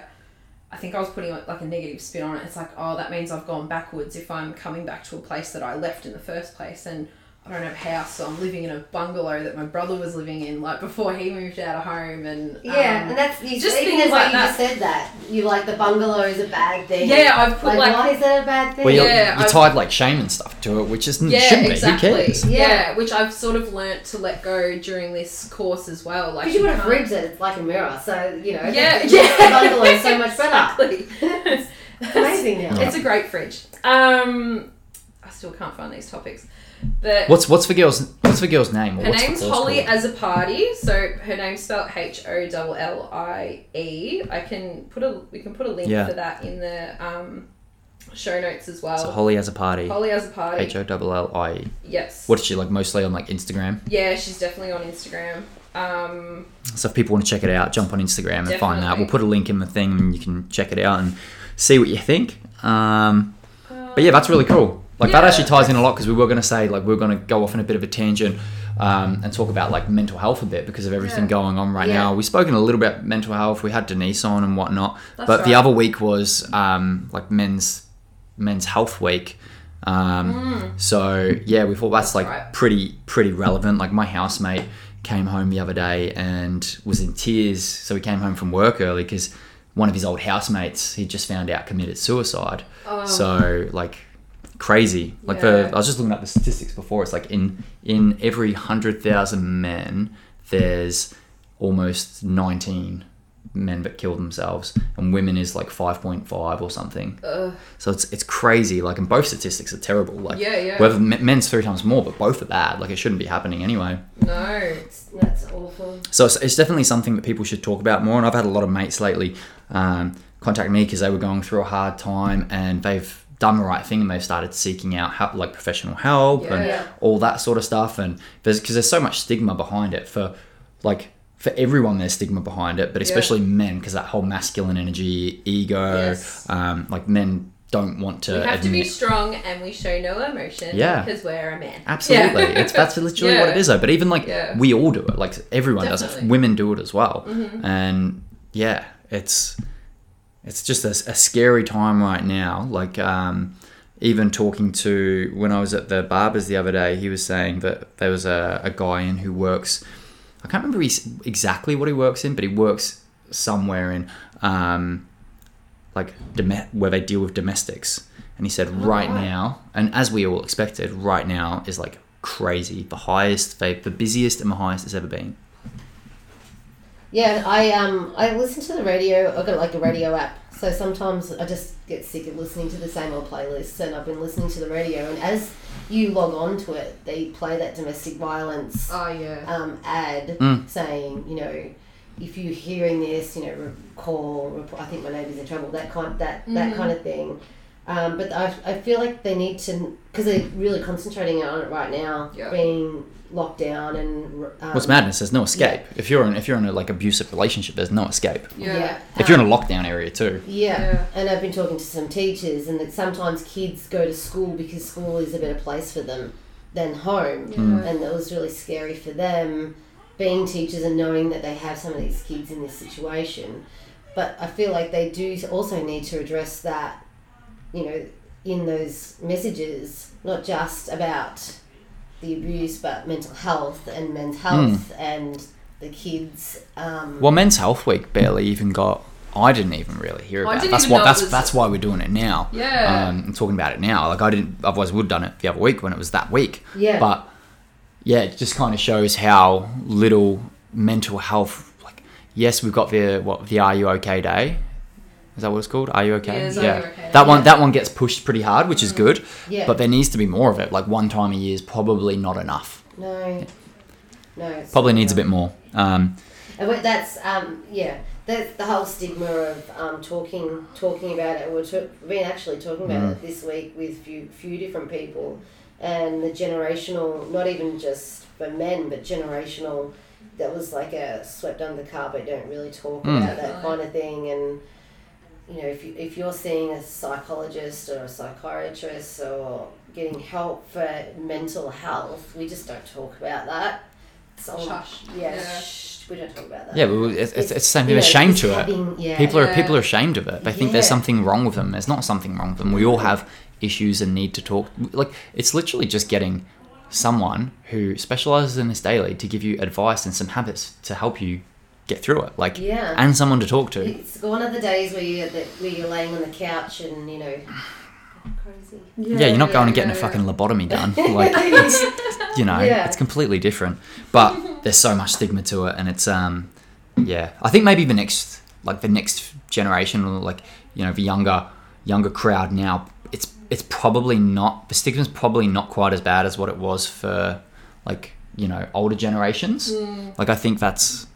[SPEAKER 3] I think I was putting like a negative spin on it. It's like, oh, that means I've gone backwards if I'm coming back to a place that I left in the first place and I don't have a house, so I'm living in a bungalow that my brother was living in like before he moved out of home and
[SPEAKER 2] Yeah,
[SPEAKER 3] um,
[SPEAKER 2] and that's you
[SPEAKER 3] just
[SPEAKER 2] just even
[SPEAKER 3] things
[SPEAKER 2] as like
[SPEAKER 3] like
[SPEAKER 2] you just said that you like the bungalow is a bad thing.
[SPEAKER 3] Yeah, I've put
[SPEAKER 2] Like,
[SPEAKER 3] like,
[SPEAKER 2] why is that a bad thing?
[SPEAKER 1] Well, you're,
[SPEAKER 3] Yeah,
[SPEAKER 1] you
[SPEAKER 3] I've-
[SPEAKER 1] tied like shame and stuff to it, which isn't
[SPEAKER 3] yeah,
[SPEAKER 1] Hmm, shouldn't be.
[SPEAKER 3] exactly.
[SPEAKER 1] Who cares?
[SPEAKER 2] Yeah.
[SPEAKER 3] Yeah. which I've sort of learnt to let go during this course as well. Like
[SPEAKER 2] Because you would have
[SPEAKER 3] can't-
[SPEAKER 2] ribbed it, it's like a mirror, so you know.
[SPEAKER 3] Yeah,
[SPEAKER 2] the-
[SPEAKER 3] yeah.
[SPEAKER 2] The bungalow is
[SPEAKER 3] [laughs]
[SPEAKER 2] so much better.
[SPEAKER 3] Exactly. [laughs]
[SPEAKER 2] It's amazing now.
[SPEAKER 3] It's a great fridge. Um, I still can't find these topics, but
[SPEAKER 1] What's what's the girl's what's the girl's name? Or
[SPEAKER 3] her
[SPEAKER 1] what's the
[SPEAKER 3] name's
[SPEAKER 1] course
[SPEAKER 3] Holly
[SPEAKER 1] called?
[SPEAKER 3] as a party. So her name's spelled H O L L I E. I can put a we can put a link
[SPEAKER 1] Yeah.
[SPEAKER 3] for that in the um show notes as well.
[SPEAKER 1] So Holly has a party.
[SPEAKER 3] Holly has a party.
[SPEAKER 1] H O L L I E.
[SPEAKER 3] yes.
[SPEAKER 1] What is she like? Mostly on like Instagram.
[SPEAKER 3] Yeah, she's definitely on Instagram. Um,
[SPEAKER 1] So if people want to check it out, jump on Instagram and find that.
[SPEAKER 3] Definitely.
[SPEAKER 1] We'll put a link in the thing and you can check it out and see what you think. Um, but yeah, that's really cool. Like that
[SPEAKER 3] Yeah,
[SPEAKER 1] actually ties in a lot because we were going to say like we were going to go off on a bit of a tangent um, and talk about like mental health a bit because of everything
[SPEAKER 3] Yeah.
[SPEAKER 1] going on right
[SPEAKER 2] Yeah.
[SPEAKER 1] now. We've spoken a little bit about mental health. We had Denise on and whatnot,
[SPEAKER 3] That's
[SPEAKER 1] but the
[SPEAKER 3] right.
[SPEAKER 1] other week was um, like men's men's health week. Um, So yeah, we thought that's,
[SPEAKER 3] Mm. That's
[SPEAKER 1] like
[SPEAKER 3] right.
[SPEAKER 1] pretty pretty relevant. Like my housemate came home the other day and was in tears. So he came home from work early because one of his old housemates he just found out committed suicide.
[SPEAKER 3] Oh.
[SPEAKER 1] So like crazy. Like
[SPEAKER 3] Yeah.
[SPEAKER 1] the I was just looking at the statistics before. It's like in in every hundred thousand men, there's almost nineteen men that kill themselves, and women is like five point five or something.
[SPEAKER 3] ugh,
[SPEAKER 1] So it's it's crazy. Like, and both statistics are terrible. Like,
[SPEAKER 3] Yeah, yeah.
[SPEAKER 1] Whether m- men's three times more, but both are bad. Like, it shouldn't be happening anyway.
[SPEAKER 3] no.
[SPEAKER 2] That's, that's awful.
[SPEAKER 1] So it's, it's definitely something that people should talk about more. And I've had a lot of mates lately um, contact me because they were going through a hard time and they've done the right thing and they've started seeking out help, like professional help
[SPEAKER 3] Yeah.
[SPEAKER 1] and all that sort of stuff. And there's because there's so much stigma behind it for like. For everyone, there's stigma behind it, but especially men, because that whole masculine energy, ego,
[SPEAKER 3] Yes.
[SPEAKER 1] um, like men don't want to
[SPEAKER 3] We have to
[SPEAKER 1] admit
[SPEAKER 3] be strong and we show no emotion.
[SPEAKER 1] Yeah.
[SPEAKER 3] Because we're a man.
[SPEAKER 1] [laughs] Absolutely,
[SPEAKER 3] Yeah.
[SPEAKER 1] it's that's literally what it
[SPEAKER 3] Yeah.
[SPEAKER 1] is though. But even like
[SPEAKER 3] Yeah.
[SPEAKER 1] we all do it, like everyone does it.
[SPEAKER 3] Definitely. Mm-hmm.
[SPEAKER 1] Women do it as well, and yeah, it's it's just a, a scary time right now. Like um, even talking to when I was at the barbers the other day, he was saying that there was a, a guy in who works. I can't remember he's- exactly what he works in, but he works somewhere in um, like dom- where they deal with domestics. And he
[SPEAKER 3] Oh,
[SPEAKER 1] said, right
[SPEAKER 3] right.
[SPEAKER 1] now, and as we all expected, right now is like crazy. The highest, they the busiest, and the highest it's ever been.
[SPEAKER 2] Yeah, I um I listen to the radio. I've got like a radio app, so sometimes I just get sick of listening to the same old playlists, and I've been listening to the radio. And as you log on to it, they play that domestic violence
[SPEAKER 3] Oh, yeah.
[SPEAKER 2] um, ad
[SPEAKER 1] Mm.
[SPEAKER 2] saying, you know, if you're hearing this, you know, re- call. Report, I think my neighbour's in trouble. That kind, that that
[SPEAKER 3] Mm.
[SPEAKER 2] kind of thing. Um, but I, I feel like they need to because they're really concentrating on it right now,
[SPEAKER 3] Yeah.
[SPEAKER 2] being locked down and. re- Um,
[SPEAKER 1] What's madness? There's no escape. If you're in, if you're in a like abusive relationship, there's no escape.
[SPEAKER 3] Yeah.
[SPEAKER 1] If you're in a lockdown area too,
[SPEAKER 2] Yeah.
[SPEAKER 3] Yeah.
[SPEAKER 2] and I've been talking to some teachers, and that sometimes kids go to school because school is a better place for them than home,
[SPEAKER 1] Hmm.
[SPEAKER 3] Mm.
[SPEAKER 2] and that was really scary for them being teachers and knowing that they have some of these kids in this situation. But I feel like they do also need to address that, you know, in those messages, not just about the abuse, but mental health and
[SPEAKER 1] Hmm.
[SPEAKER 2] men's health and the kids. Um,
[SPEAKER 1] Well, Men's Health Week barely even got. I didn't even really hear
[SPEAKER 3] Oh, I
[SPEAKER 1] about. it.
[SPEAKER 3] didn't
[SPEAKER 1] That's
[SPEAKER 3] even
[SPEAKER 1] what.
[SPEAKER 3] know it
[SPEAKER 1] That's
[SPEAKER 3] was-
[SPEAKER 1] that's why we're doing it now.
[SPEAKER 3] Yeah.
[SPEAKER 1] Um, I'm talking about it now. Like I didn't. Otherwise, would have done it the other week when it was that week.
[SPEAKER 2] Yeah.
[SPEAKER 1] But yeah, it just kind of shows how little mental health. Like yes, we've got the what the Are You Okay Day. Is that what it's called? Are you okay?
[SPEAKER 3] Yeah, Mm-hmm. it's Are You Okay
[SPEAKER 1] That one
[SPEAKER 2] Day.
[SPEAKER 1] that one gets pushed pretty hard, which is good.
[SPEAKER 2] Yeah.
[SPEAKER 1] But there needs to be more of it. Like one time a year is probably not enough.
[SPEAKER 2] no, no, it's-
[SPEAKER 1] Probably needs a bit more. Um,
[SPEAKER 2] And we- that's um, yeah, that's the whole stigma of um, talking talking about it. We've t- been actually talking about it this week with few few different people, and the generational, not even just for men, but generational. That was like a swept under the carpet. Don't really talk
[SPEAKER 1] Mm.
[SPEAKER 2] about that kind of thing, and you know, if you if you're seeing a psychologist or a psychiatrist or getting help for mental health, we just don't talk about that. So,
[SPEAKER 3] Shush.
[SPEAKER 2] Yeah,
[SPEAKER 3] Yeah.
[SPEAKER 2] shh, we don't talk about that.
[SPEAKER 1] yeah, but it's, it's, it's the same
[SPEAKER 2] Yeah,
[SPEAKER 1] thing with
[SPEAKER 2] it's
[SPEAKER 1] shame
[SPEAKER 2] just
[SPEAKER 1] to it.
[SPEAKER 2] having- yeah.
[SPEAKER 1] People are
[SPEAKER 3] Yeah.
[SPEAKER 1] people are ashamed of it. They think there's
[SPEAKER 2] Yeah.
[SPEAKER 1] something wrong with them. There's not something wrong with them. We all have issues and need to talk. Like it's literally just getting someone who specializes in this daily to give you advice and some habits to help you get through it. Like
[SPEAKER 2] Yeah.
[SPEAKER 1] and someone to talk to.
[SPEAKER 2] It's one of the days where you're that, where you're laying on the couch and you know, crazy.
[SPEAKER 1] Yeah, you're not going and getting a fucking
[SPEAKER 3] Hmm.
[SPEAKER 1] lobotomy done. Like it's, you know,
[SPEAKER 2] Yeah.
[SPEAKER 1] it's completely different. But there's so much stigma to it, and it's um, yeah. I think maybe the next like the next generation, or like you know, the younger younger crowd now, it's it's probably not the stigma's probably not quite as bad as what it was for like you know older generations. Like I think that's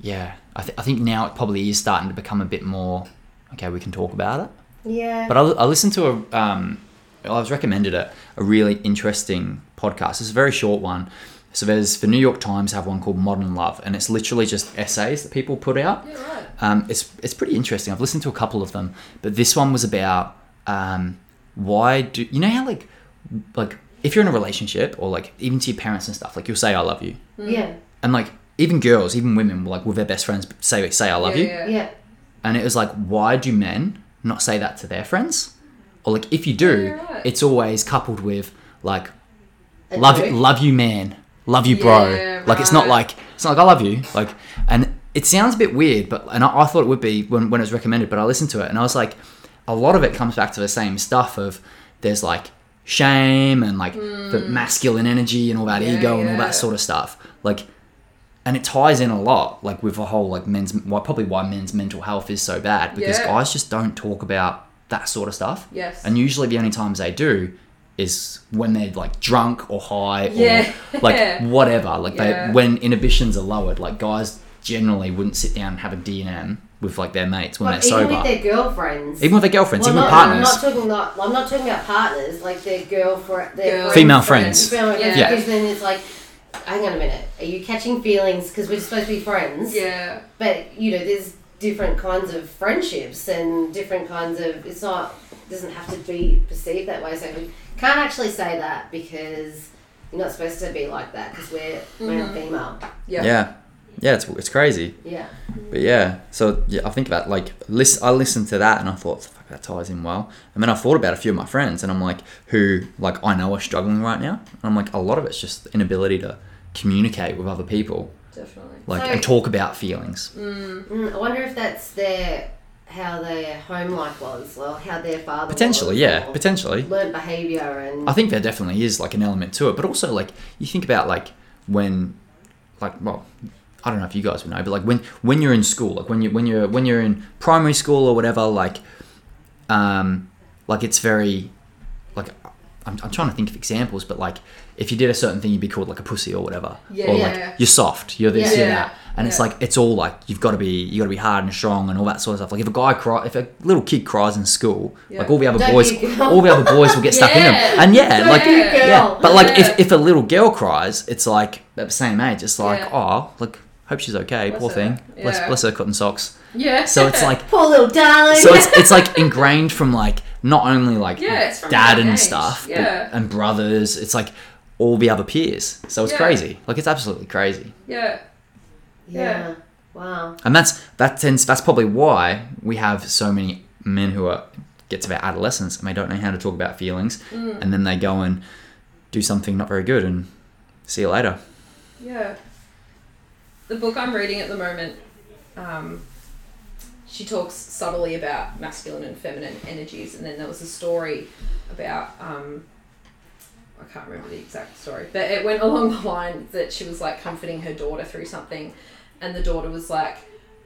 [SPEAKER 1] yeah. I, th- I think now it probably is starting to become a bit more okay. We can talk about it.
[SPEAKER 2] Yeah.
[SPEAKER 1] But I, I listened to a, um, I was recommended a, a really interesting podcast. It's a very short one. So there's the New York Times have one called Modern Love, and it's literally just essays that people put out.
[SPEAKER 3] Yeah, right.
[SPEAKER 1] Um, it's it's pretty interesting. I've listened to a couple of them, but this one was about um, why do you know how like like if you're in a relationship or like even to your parents and stuff, like you'll say I love you,
[SPEAKER 2] Mm. yeah.
[SPEAKER 1] and like even girls, even women, like with their best friends say say I love
[SPEAKER 3] yeah,
[SPEAKER 1] you,
[SPEAKER 3] Yeah.
[SPEAKER 2] Yeah.
[SPEAKER 1] and it was like why do men not say that to their friends, or like if you do,
[SPEAKER 3] Yeah, right.
[SPEAKER 1] it's always coupled with like
[SPEAKER 2] A
[SPEAKER 1] love
[SPEAKER 2] joke.
[SPEAKER 1] love you man love you bro
[SPEAKER 3] Yeah,
[SPEAKER 1] like it's not
[SPEAKER 3] right.
[SPEAKER 1] like it's not like i love you like and it sounds a bit weird but and i, I thought it would be when, when it was recommended but i listened to it and i was like a lot of it comes back to the same stuff of there's like shame and like the masculine energy and all that
[SPEAKER 3] Mm. Yeah,
[SPEAKER 1] ego and all
[SPEAKER 3] yeah.
[SPEAKER 1] that sort of stuff like and it ties in a lot like with the whole like men's well, probably why men's mental health is so bad because
[SPEAKER 3] Yeah.
[SPEAKER 1] guys just don't talk about that sort of stuff
[SPEAKER 3] Yes.
[SPEAKER 1] and usually the only times they do is when they're like drunk or high
[SPEAKER 3] Yeah.
[SPEAKER 1] or like whatever. Like
[SPEAKER 3] Yeah.
[SPEAKER 1] they when inhibitions are lowered, like guys generally wouldn't sit down and have a DNM with like their mates when
[SPEAKER 2] Like,
[SPEAKER 1] they're
[SPEAKER 2] even
[SPEAKER 1] sober.
[SPEAKER 2] with their girlfriends.
[SPEAKER 1] even with their girlfriends,
[SPEAKER 2] well,
[SPEAKER 1] even
[SPEAKER 2] not,
[SPEAKER 1] with
[SPEAKER 2] I'm
[SPEAKER 1] partners.
[SPEAKER 2] not talking not, I'm not talking about partners, like their girlfriend, their
[SPEAKER 3] Girl-
[SPEAKER 1] Female friends.
[SPEAKER 2] Female friends,
[SPEAKER 3] Yeah.
[SPEAKER 2] Because then it's like, hang on a minute, are you catching feelings? Because we're supposed to be friends.
[SPEAKER 3] Yeah.
[SPEAKER 2] But you know, there's different kinds of friendships and different kinds of. It's not it doesn't have to be perceived that way. So we can't actually say that because you're not supposed to be like that because we're
[SPEAKER 3] Mm-hmm.
[SPEAKER 2] we're female.
[SPEAKER 3] Yeah.
[SPEAKER 1] Yeah. Yeah, it's, it's crazy.
[SPEAKER 2] Yeah.
[SPEAKER 1] But yeah, so yeah, I think about like list. I listened to that and I thought, fuck, that ties in well. And then I thought about a few of my friends and I'm like, who like I know are struggling right now. And I'm like, a lot of it's just inability to communicate with other people.
[SPEAKER 3] Definitely. Hmm.
[SPEAKER 1] like
[SPEAKER 2] So-
[SPEAKER 1] and talk about feelings.
[SPEAKER 2] Mm, I wonder if that's their how their home life was, or how their father
[SPEAKER 1] Potentially,
[SPEAKER 2] was,
[SPEAKER 1] yeah,
[SPEAKER 2] or
[SPEAKER 1] potentially.
[SPEAKER 2] learnt behaviour and
[SPEAKER 1] I think there definitely is like an element to it, but also like you think about like when, like well, I don't know if you guys would know, but like when when you're in school, like when you when you're when you're in primary school or whatever, like, um, like it's very, like, I'm, I'm trying to think of examples, but like if you did a certain thing, you'd be called like a pussy or whatever,
[SPEAKER 3] Yeah.
[SPEAKER 1] or
[SPEAKER 3] Yeah.
[SPEAKER 1] like you're soft, you're this,
[SPEAKER 2] Yeah.
[SPEAKER 1] you're
[SPEAKER 3] Yeah.
[SPEAKER 1] that, and it's
[SPEAKER 3] Yeah.
[SPEAKER 1] like it's all like you've got to be you got to be hard and strong and all that sort of stuff. Like if a guy cry, if a little kid cries in school, like
[SPEAKER 3] Yeah.
[SPEAKER 1] all the other
[SPEAKER 2] Don't
[SPEAKER 1] boys,
[SPEAKER 2] be a girl.
[SPEAKER 1] all the other boys will
[SPEAKER 3] [laughs]
[SPEAKER 1] get stuck in them,
[SPEAKER 3] Yeah.
[SPEAKER 1] and yeah,
[SPEAKER 3] Don't
[SPEAKER 1] like
[SPEAKER 3] be a
[SPEAKER 2] Good girl.
[SPEAKER 1] yeah, but like
[SPEAKER 3] Yeah.
[SPEAKER 1] if, if a little girl cries, it's like at the same age. It's like
[SPEAKER 3] Yeah.
[SPEAKER 1] oh, look, hope she's okay.
[SPEAKER 3] Bless
[SPEAKER 1] poor
[SPEAKER 3] her.
[SPEAKER 1] thing. Bless,
[SPEAKER 3] Yeah.
[SPEAKER 1] bless her cotton
[SPEAKER 3] [laughs]
[SPEAKER 1] socks.
[SPEAKER 3] Yeah.
[SPEAKER 1] So it's like
[SPEAKER 2] poor little darling.
[SPEAKER 1] so it's it's like ingrained from like not only like
[SPEAKER 3] Yeah, it's from
[SPEAKER 1] dad
[SPEAKER 3] a young
[SPEAKER 1] and
[SPEAKER 3] age.
[SPEAKER 1] stuff, but-
[SPEAKER 3] Yeah.
[SPEAKER 1] and brothers. It's like all the other peers. So it's
[SPEAKER 3] Yeah.
[SPEAKER 1] crazy. Like it's absolutely crazy.
[SPEAKER 3] yeah.
[SPEAKER 2] yeah. Wow.
[SPEAKER 1] And that's that tends that's probably why we have so many men who are get to their adolescence and they don't know how to talk about feelings,
[SPEAKER 2] Mm.
[SPEAKER 1] and then they go and do something not very good and see you later. [laughs]
[SPEAKER 3] Yeah. The book I'm reading at the moment, um, she talks subtly about masculine and feminine energies, and then there was a story about um, I can't remember the exact story, but it went [laughs] along the line that she was like comforting her daughter through something, and the daughter was like.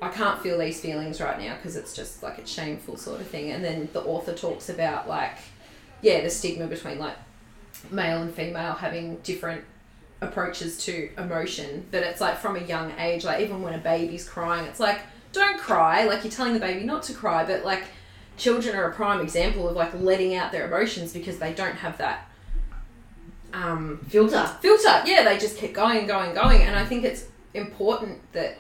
[SPEAKER 3] I can't feel these feelings right now because it's just like it's shameful sort of thing. And then the author talks about like, yeah, the stigma between like male and female having different approaches to emotion but it's like from a young age like even when a baby's crying it's like don't cry like you're telling the baby not to cry but like children are a prime example of like letting out their emotions because they don't have that um
[SPEAKER 2] Filter.
[SPEAKER 3] filter yeah they just keep going and going and going and i think it's important that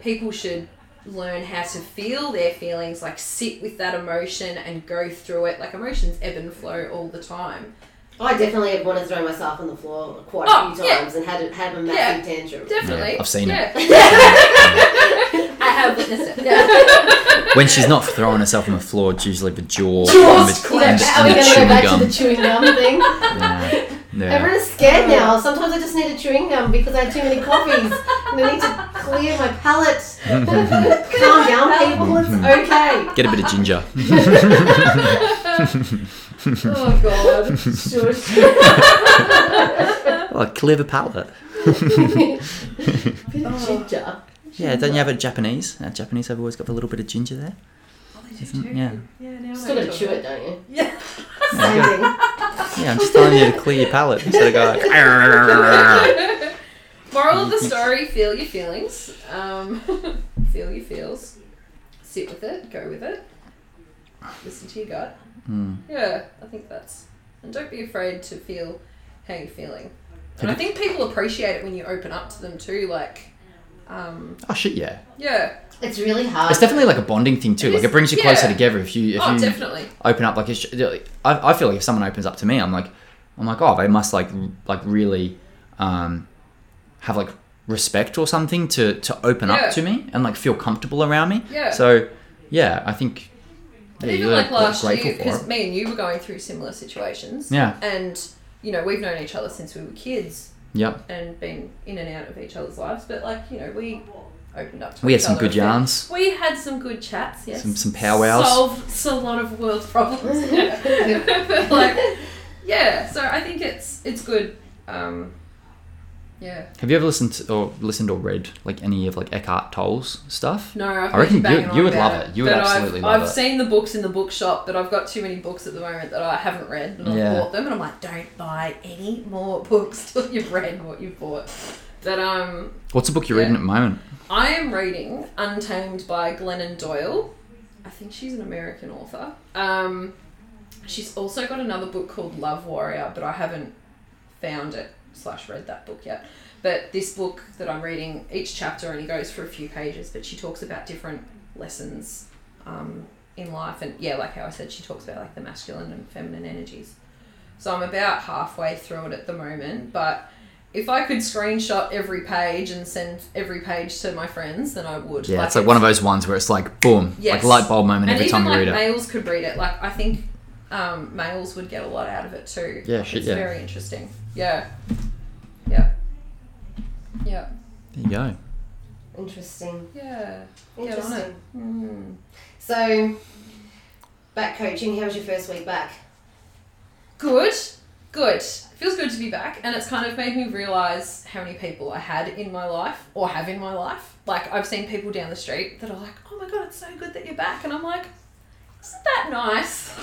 [SPEAKER 3] people should learn how to feel their feelings like sit with that emotion and go through it like emotions ebb and flow all the time
[SPEAKER 2] I definitely have wanted to throw myself on the floor quite
[SPEAKER 3] Oh,
[SPEAKER 2] a few
[SPEAKER 3] yeah.
[SPEAKER 2] times and had had a massive tantrum.
[SPEAKER 3] definitely
[SPEAKER 1] Yeah, I've seen it.
[SPEAKER 3] yeah. [laughs]
[SPEAKER 2] I have witnessed it.
[SPEAKER 1] when she's not throwing herself on the floor, it's usually the jaw
[SPEAKER 2] Jaws
[SPEAKER 1] and the,
[SPEAKER 2] clip.
[SPEAKER 1] and the-
[SPEAKER 2] Are we
[SPEAKER 1] and the chewing
[SPEAKER 2] going to go back
[SPEAKER 1] gum.
[SPEAKER 2] to the chewing gum thing?
[SPEAKER 1] [laughs] yeah. Yeah.
[SPEAKER 2] Everyone's scared now. Sometimes I just need a chewing gum because I had too many coffees and I need to clear my palate. Calm down, people. It's
[SPEAKER 1] [laughs]
[SPEAKER 2] okay.
[SPEAKER 1] Get a bit of ginger.
[SPEAKER 2] [laughs]
[SPEAKER 1] [laughs]
[SPEAKER 3] oh god
[SPEAKER 2] Shush.
[SPEAKER 1] oh, clear the palate. Hmm.
[SPEAKER 2] [laughs]
[SPEAKER 1] [laughs]
[SPEAKER 2] Bit
[SPEAKER 3] Oh.
[SPEAKER 2] of ginger.
[SPEAKER 1] Yeah, don't you have a Japanese? Uh, Japanese have always got a little bit of ginger there.
[SPEAKER 3] Oh, they
[SPEAKER 1] Isn't-
[SPEAKER 3] do too. [laughs]
[SPEAKER 1] yeah.
[SPEAKER 3] Yeah, now
[SPEAKER 2] Just
[SPEAKER 3] I
[SPEAKER 2] gotta
[SPEAKER 3] talk
[SPEAKER 2] chew
[SPEAKER 3] about
[SPEAKER 2] it, don't
[SPEAKER 1] [laughs]
[SPEAKER 2] you?
[SPEAKER 3] Yeah.
[SPEAKER 2] Same thing.
[SPEAKER 1] Yeah, I'm just telling you to clear your palate instead of going like. "Arr."
[SPEAKER 3] [laughs] Moral of the story: feel your [laughs] feelings. Um, feel your feels. Sit with it. Go with it. listen to your gut.
[SPEAKER 1] Mm.
[SPEAKER 3] Yeah, I think that's. And don't be afraid to feel how you're feeling.
[SPEAKER 1] Have
[SPEAKER 3] And I
[SPEAKER 1] you-
[SPEAKER 3] think people appreciate it when you open up to them too. Like, um,
[SPEAKER 1] Oh shit, yeah.
[SPEAKER 3] yeah.
[SPEAKER 2] It's really hard.
[SPEAKER 1] It's
[SPEAKER 2] [laughs]
[SPEAKER 1] definitely like a bonding thing too.
[SPEAKER 3] It
[SPEAKER 1] like
[SPEAKER 3] is-
[SPEAKER 1] it brings you
[SPEAKER 3] Uh, yeah.
[SPEAKER 1] closer together if you if
[SPEAKER 3] oh,
[SPEAKER 1] you
[SPEAKER 3] definitely.
[SPEAKER 1] open up. Like it's, I, I feel like if someone opens up to me, I'm like, I'm like, oh, they must like r- like really um, have like respect or something to to open
[SPEAKER 3] Yeah.
[SPEAKER 1] up to me and like feel comfortable around me.
[SPEAKER 3] Yeah.
[SPEAKER 1] So yeah, I think yeah,
[SPEAKER 3] And even
[SPEAKER 1] gotta-
[SPEAKER 3] like last
[SPEAKER 1] gotta
[SPEAKER 3] year,
[SPEAKER 1] for
[SPEAKER 3] because
[SPEAKER 1] it.
[SPEAKER 3] me and you were going through similar situations.
[SPEAKER 1] Yeah.
[SPEAKER 3] And, you know, we've known each other since we were kids
[SPEAKER 1] Yep.
[SPEAKER 3] and been in and out of each other's lives. But, like, you know, we opened up to
[SPEAKER 1] We
[SPEAKER 3] each
[SPEAKER 1] had some
[SPEAKER 3] other
[SPEAKER 1] good
[SPEAKER 3] a bit.
[SPEAKER 1] yarns.
[SPEAKER 3] We had some good chats, yes.
[SPEAKER 1] Some- some powwows.
[SPEAKER 3] Solved a lot of world problems. [laughs] Yeah. [laughs] like, yeah, so I think it's it's good. Um, yeah.
[SPEAKER 1] Have you ever listened to, or listened or read like any of like Eckhart Tolle's stuff?
[SPEAKER 3] No, I've
[SPEAKER 1] I reckon
[SPEAKER 3] been banging
[SPEAKER 1] you-
[SPEAKER 3] on
[SPEAKER 1] you would
[SPEAKER 3] about
[SPEAKER 1] love it. You would
[SPEAKER 3] but I've-
[SPEAKER 1] absolutely
[SPEAKER 3] I've,
[SPEAKER 1] love it.
[SPEAKER 3] seen the books in the bookshop, but I've got too many books at the moment that I haven't read, and
[SPEAKER 1] Yeah.
[SPEAKER 3] I've bought them, and I'm like, don't buy any more [laughs] books till you've read what you bought. But um,
[SPEAKER 1] What's the book you're
[SPEAKER 3] Yeah.
[SPEAKER 1] reading at the moment?
[SPEAKER 3] I am reading Untamed by Glennon Doyle. I think she's an American author. Um, she's also got another book called Love Warrior, but I haven't found it slash read that book yet. But this book that I'm reading, each chapter only goes for a few pages, but she talks about different lessons um, in life, and yeah, like how I said, she talks about like the masculine and feminine energies. So I'm about halfway through it at the moment, but if I could screenshot every page and send every page to my friends, then I would.
[SPEAKER 1] Yeah, it's like one of those ones where it's like boom,
[SPEAKER 3] Yes.
[SPEAKER 1] like light bulb moment
[SPEAKER 3] And
[SPEAKER 1] every
[SPEAKER 3] even
[SPEAKER 1] time you
[SPEAKER 3] like
[SPEAKER 1] read it.
[SPEAKER 3] males could read it. Like I think um, males would get a lot out of it too.
[SPEAKER 1] Yeah,
[SPEAKER 3] Like,
[SPEAKER 1] shit,
[SPEAKER 3] it's
[SPEAKER 1] yeah.
[SPEAKER 3] very interesting. Yeah, yeah, yeah,
[SPEAKER 1] There you go.
[SPEAKER 2] Interesting.
[SPEAKER 3] yeah. Get on it.
[SPEAKER 2] Interesting.
[SPEAKER 3] Mm.
[SPEAKER 2] So, back coaching. How was your first week back?
[SPEAKER 3] Good, good. Feels good to be back, and it's kind of made me realize how many people I had in my life or have in my life. Like I've seen people down the street that are like, "Oh my god, it's so good that you're back," and I'm like. Isn't that nice?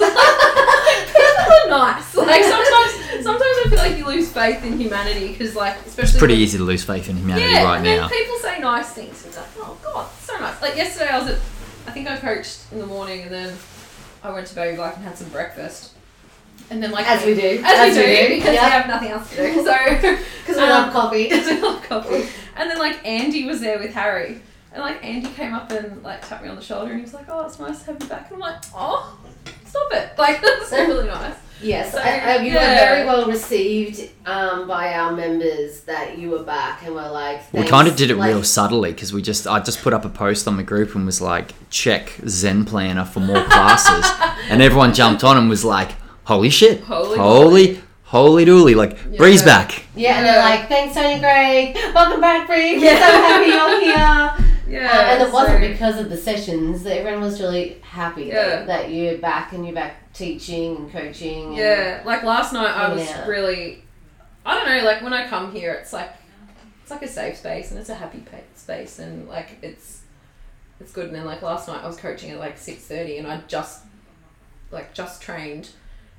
[SPEAKER 3] [laughs] People are nice. Like sometimes, sometimes I feel like you lose faith in humanity because, like, especially
[SPEAKER 1] It's pretty
[SPEAKER 3] when-
[SPEAKER 1] easy to lose faith in humanity
[SPEAKER 3] yeah,
[SPEAKER 1] right
[SPEAKER 3] and then
[SPEAKER 1] now.
[SPEAKER 3] people say nice things. It's like, oh god, so nice. Like yesterday, I was at, I think I coached in the morning, and then I went to Baby Black and had some breakfast, and then like
[SPEAKER 2] As we do.
[SPEAKER 3] as, we, do, because we have nothing else to [laughs] do. So
[SPEAKER 2] Because we
[SPEAKER 3] Um,
[SPEAKER 2] love coffee.
[SPEAKER 3] because we love [laughs] coffee, and then like Andy was there with Harry. And like Andy came up and like tapped me on the shoulder and he was like, "Oh, it's nice to have you back." And I'm like, "Oh, stop it! [laughs] Like that's really nice."
[SPEAKER 2] Yes,
[SPEAKER 3] So,
[SPEAKER 2] I, I, you
[SPEAKER 3] yeah.
[SPEAKER 2] were very well received um, by our members that you were back and were like.
[SPEAKER 1] We
[SPEAKER 2] thanks,
[SPEAKER 1] kind of did it
[SPEAKER 2] like,
[SPEAKER 1] real subtly because we just I just put up a post on the group and was like, check Zen Planner for more
[SPEAKER 3] [laughs]
[SPEAKER 1] classes, and everyone jumped on and was like, holy shit,
[SPEAKER 3] Holy
[SPEAKER 1] holy, holy dooly, like Bree's
[SPEAKER 3] Yeah.
[SPEAKER 1] back.
[SPEAKER 2] Yeah, and they're
[SPEAKER 3] Yeah.
[SPEAKER 2] like, "Thanks, Tony Gregg. Welcome back, Bree. We're
[SPEAKER 3] Yeah.
[SPEAKER 2] so happy you're
[SPEAKER 3] [laughs]
[SPEAKER 2] here."
[SPEAKER 3] Yeah,
[SPEAKER 2] Uh, and it wasn't
[SPEAKER 3] so-
[SPEAKER 2] because of the sessions. Everyone was really happy
[SPEAKER 3] Yeah.
[SPEAKER 2] that, that you're back and you're back teaching and coaching. And,
[SPEAKER 3] Yeah, like last night I was
[SPEAKER 2] Yeah.
[SPEAKER 3] really, I don't know, like when I come here, it's like it's like a safe space and it's a happy pa- space and like it's it's good. And then like last night I was coaching at like six thirty and I just like just trained,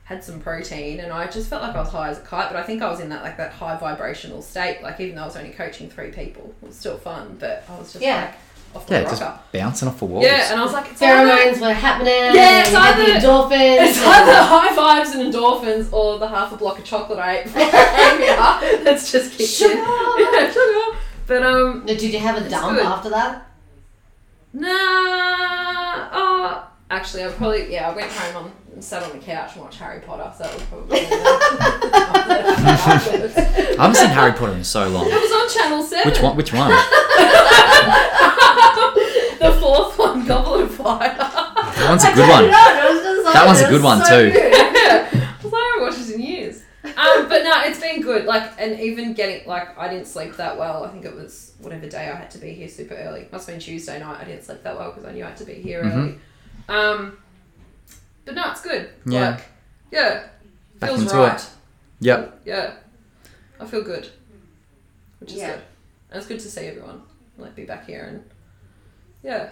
[SPEAKER 3] had some protein and I just felt like I was high as a kite. But I think I was in that like that high vibrational state. Like even though I was only coaching three people, it was still fun. But I was just
[SPEAKER 2] Yeah.
[SPEAKER 3] like off my
[SPEAKER 1] Yeah,
[SPEAKER 3] rocker.
[SPEAKER 1] just bouncing off the walls.
[SPEAKER 3] yeah, and I was like, it's either-
[SPEAKER 2] Pheromones were happening.
[SPEAKER 3] Yeah,
[SPEAKER 2] and
[SPEAKER 3] it's
[SPEAKER 2] you had
[SPEAKER 3] either-
[SPEAKER 2] the endorphins.
[SPEAKER 3] [laughs] it's
[SPEAKER 2] and-
[SPEAKER 3] either high fives and endorphins or the half a block of chocolate I ate before I came [laughs] here. That's just kicked in.
[SPEAKER 2] Sugar.
[SPEAKER 3] Yeah, sugar. But um,
[SPEAKER 2] Did you have a dump
[SPEAKER 3] good.
[SPEAKER 2] after that?
[SPEAKER 3] nah. Oh, actually, I probably yeah. I went home on and sat on the couch and watched Harry Potter. So that was probably. it
[SPEAKER 1] I
[SPEAKER 3] [laughs]
[SPEAKER 1] haven't seen Harry Potter in so long.
[SPEAKER 3] was on Channel Seven.
[SPEAKER 1] Which one?
[SPEAKER 2] [laughs]
[SPEAKER 1] Which one?
[SPEAKER 3] the fourth one, Goblet of Fire.
[SPEAKER 1] That one's a good one.
[SPEAKER 2] No, it was just like,
[SPEAKER 1] That one's a
[SPEAKER 2] it
[SPEAKER 1] good
[SPEAKER 2] was
[SPEAKER 1] one
[SPEAKER 2] so
[SPEAKER 1] too.
[SPEAKER 2] good.
[SPEAKER 3] I was like, I haven't watched this in years. Um, but no, it's been good. Like, and even getting like, I didn't sleep that well. I think it was whatever day I had to be here super early. Must have been Tuesday night. I didn't sleep that well because I knew I had to be here
[SPEAKER 1] Mm-hmm.
[SPEAKER 3] early. Um, but no, it's good.
[SPEAKER 1] Yeah.
[SPEAKER 3] Like, yeah,
[SPEAKER 1] Back
[SPEAKER 3] feels
[SPEAKER 1] into
[SPEAKER 3] right.
[SPEAKER 1] it. Yep.
[SPEAKER 3] Yeah, I feel good, which is
[SPEAKER 2] Yeah.
[SPEAKER 3] good. And it's good to see everyone. Like, be back here and yeah,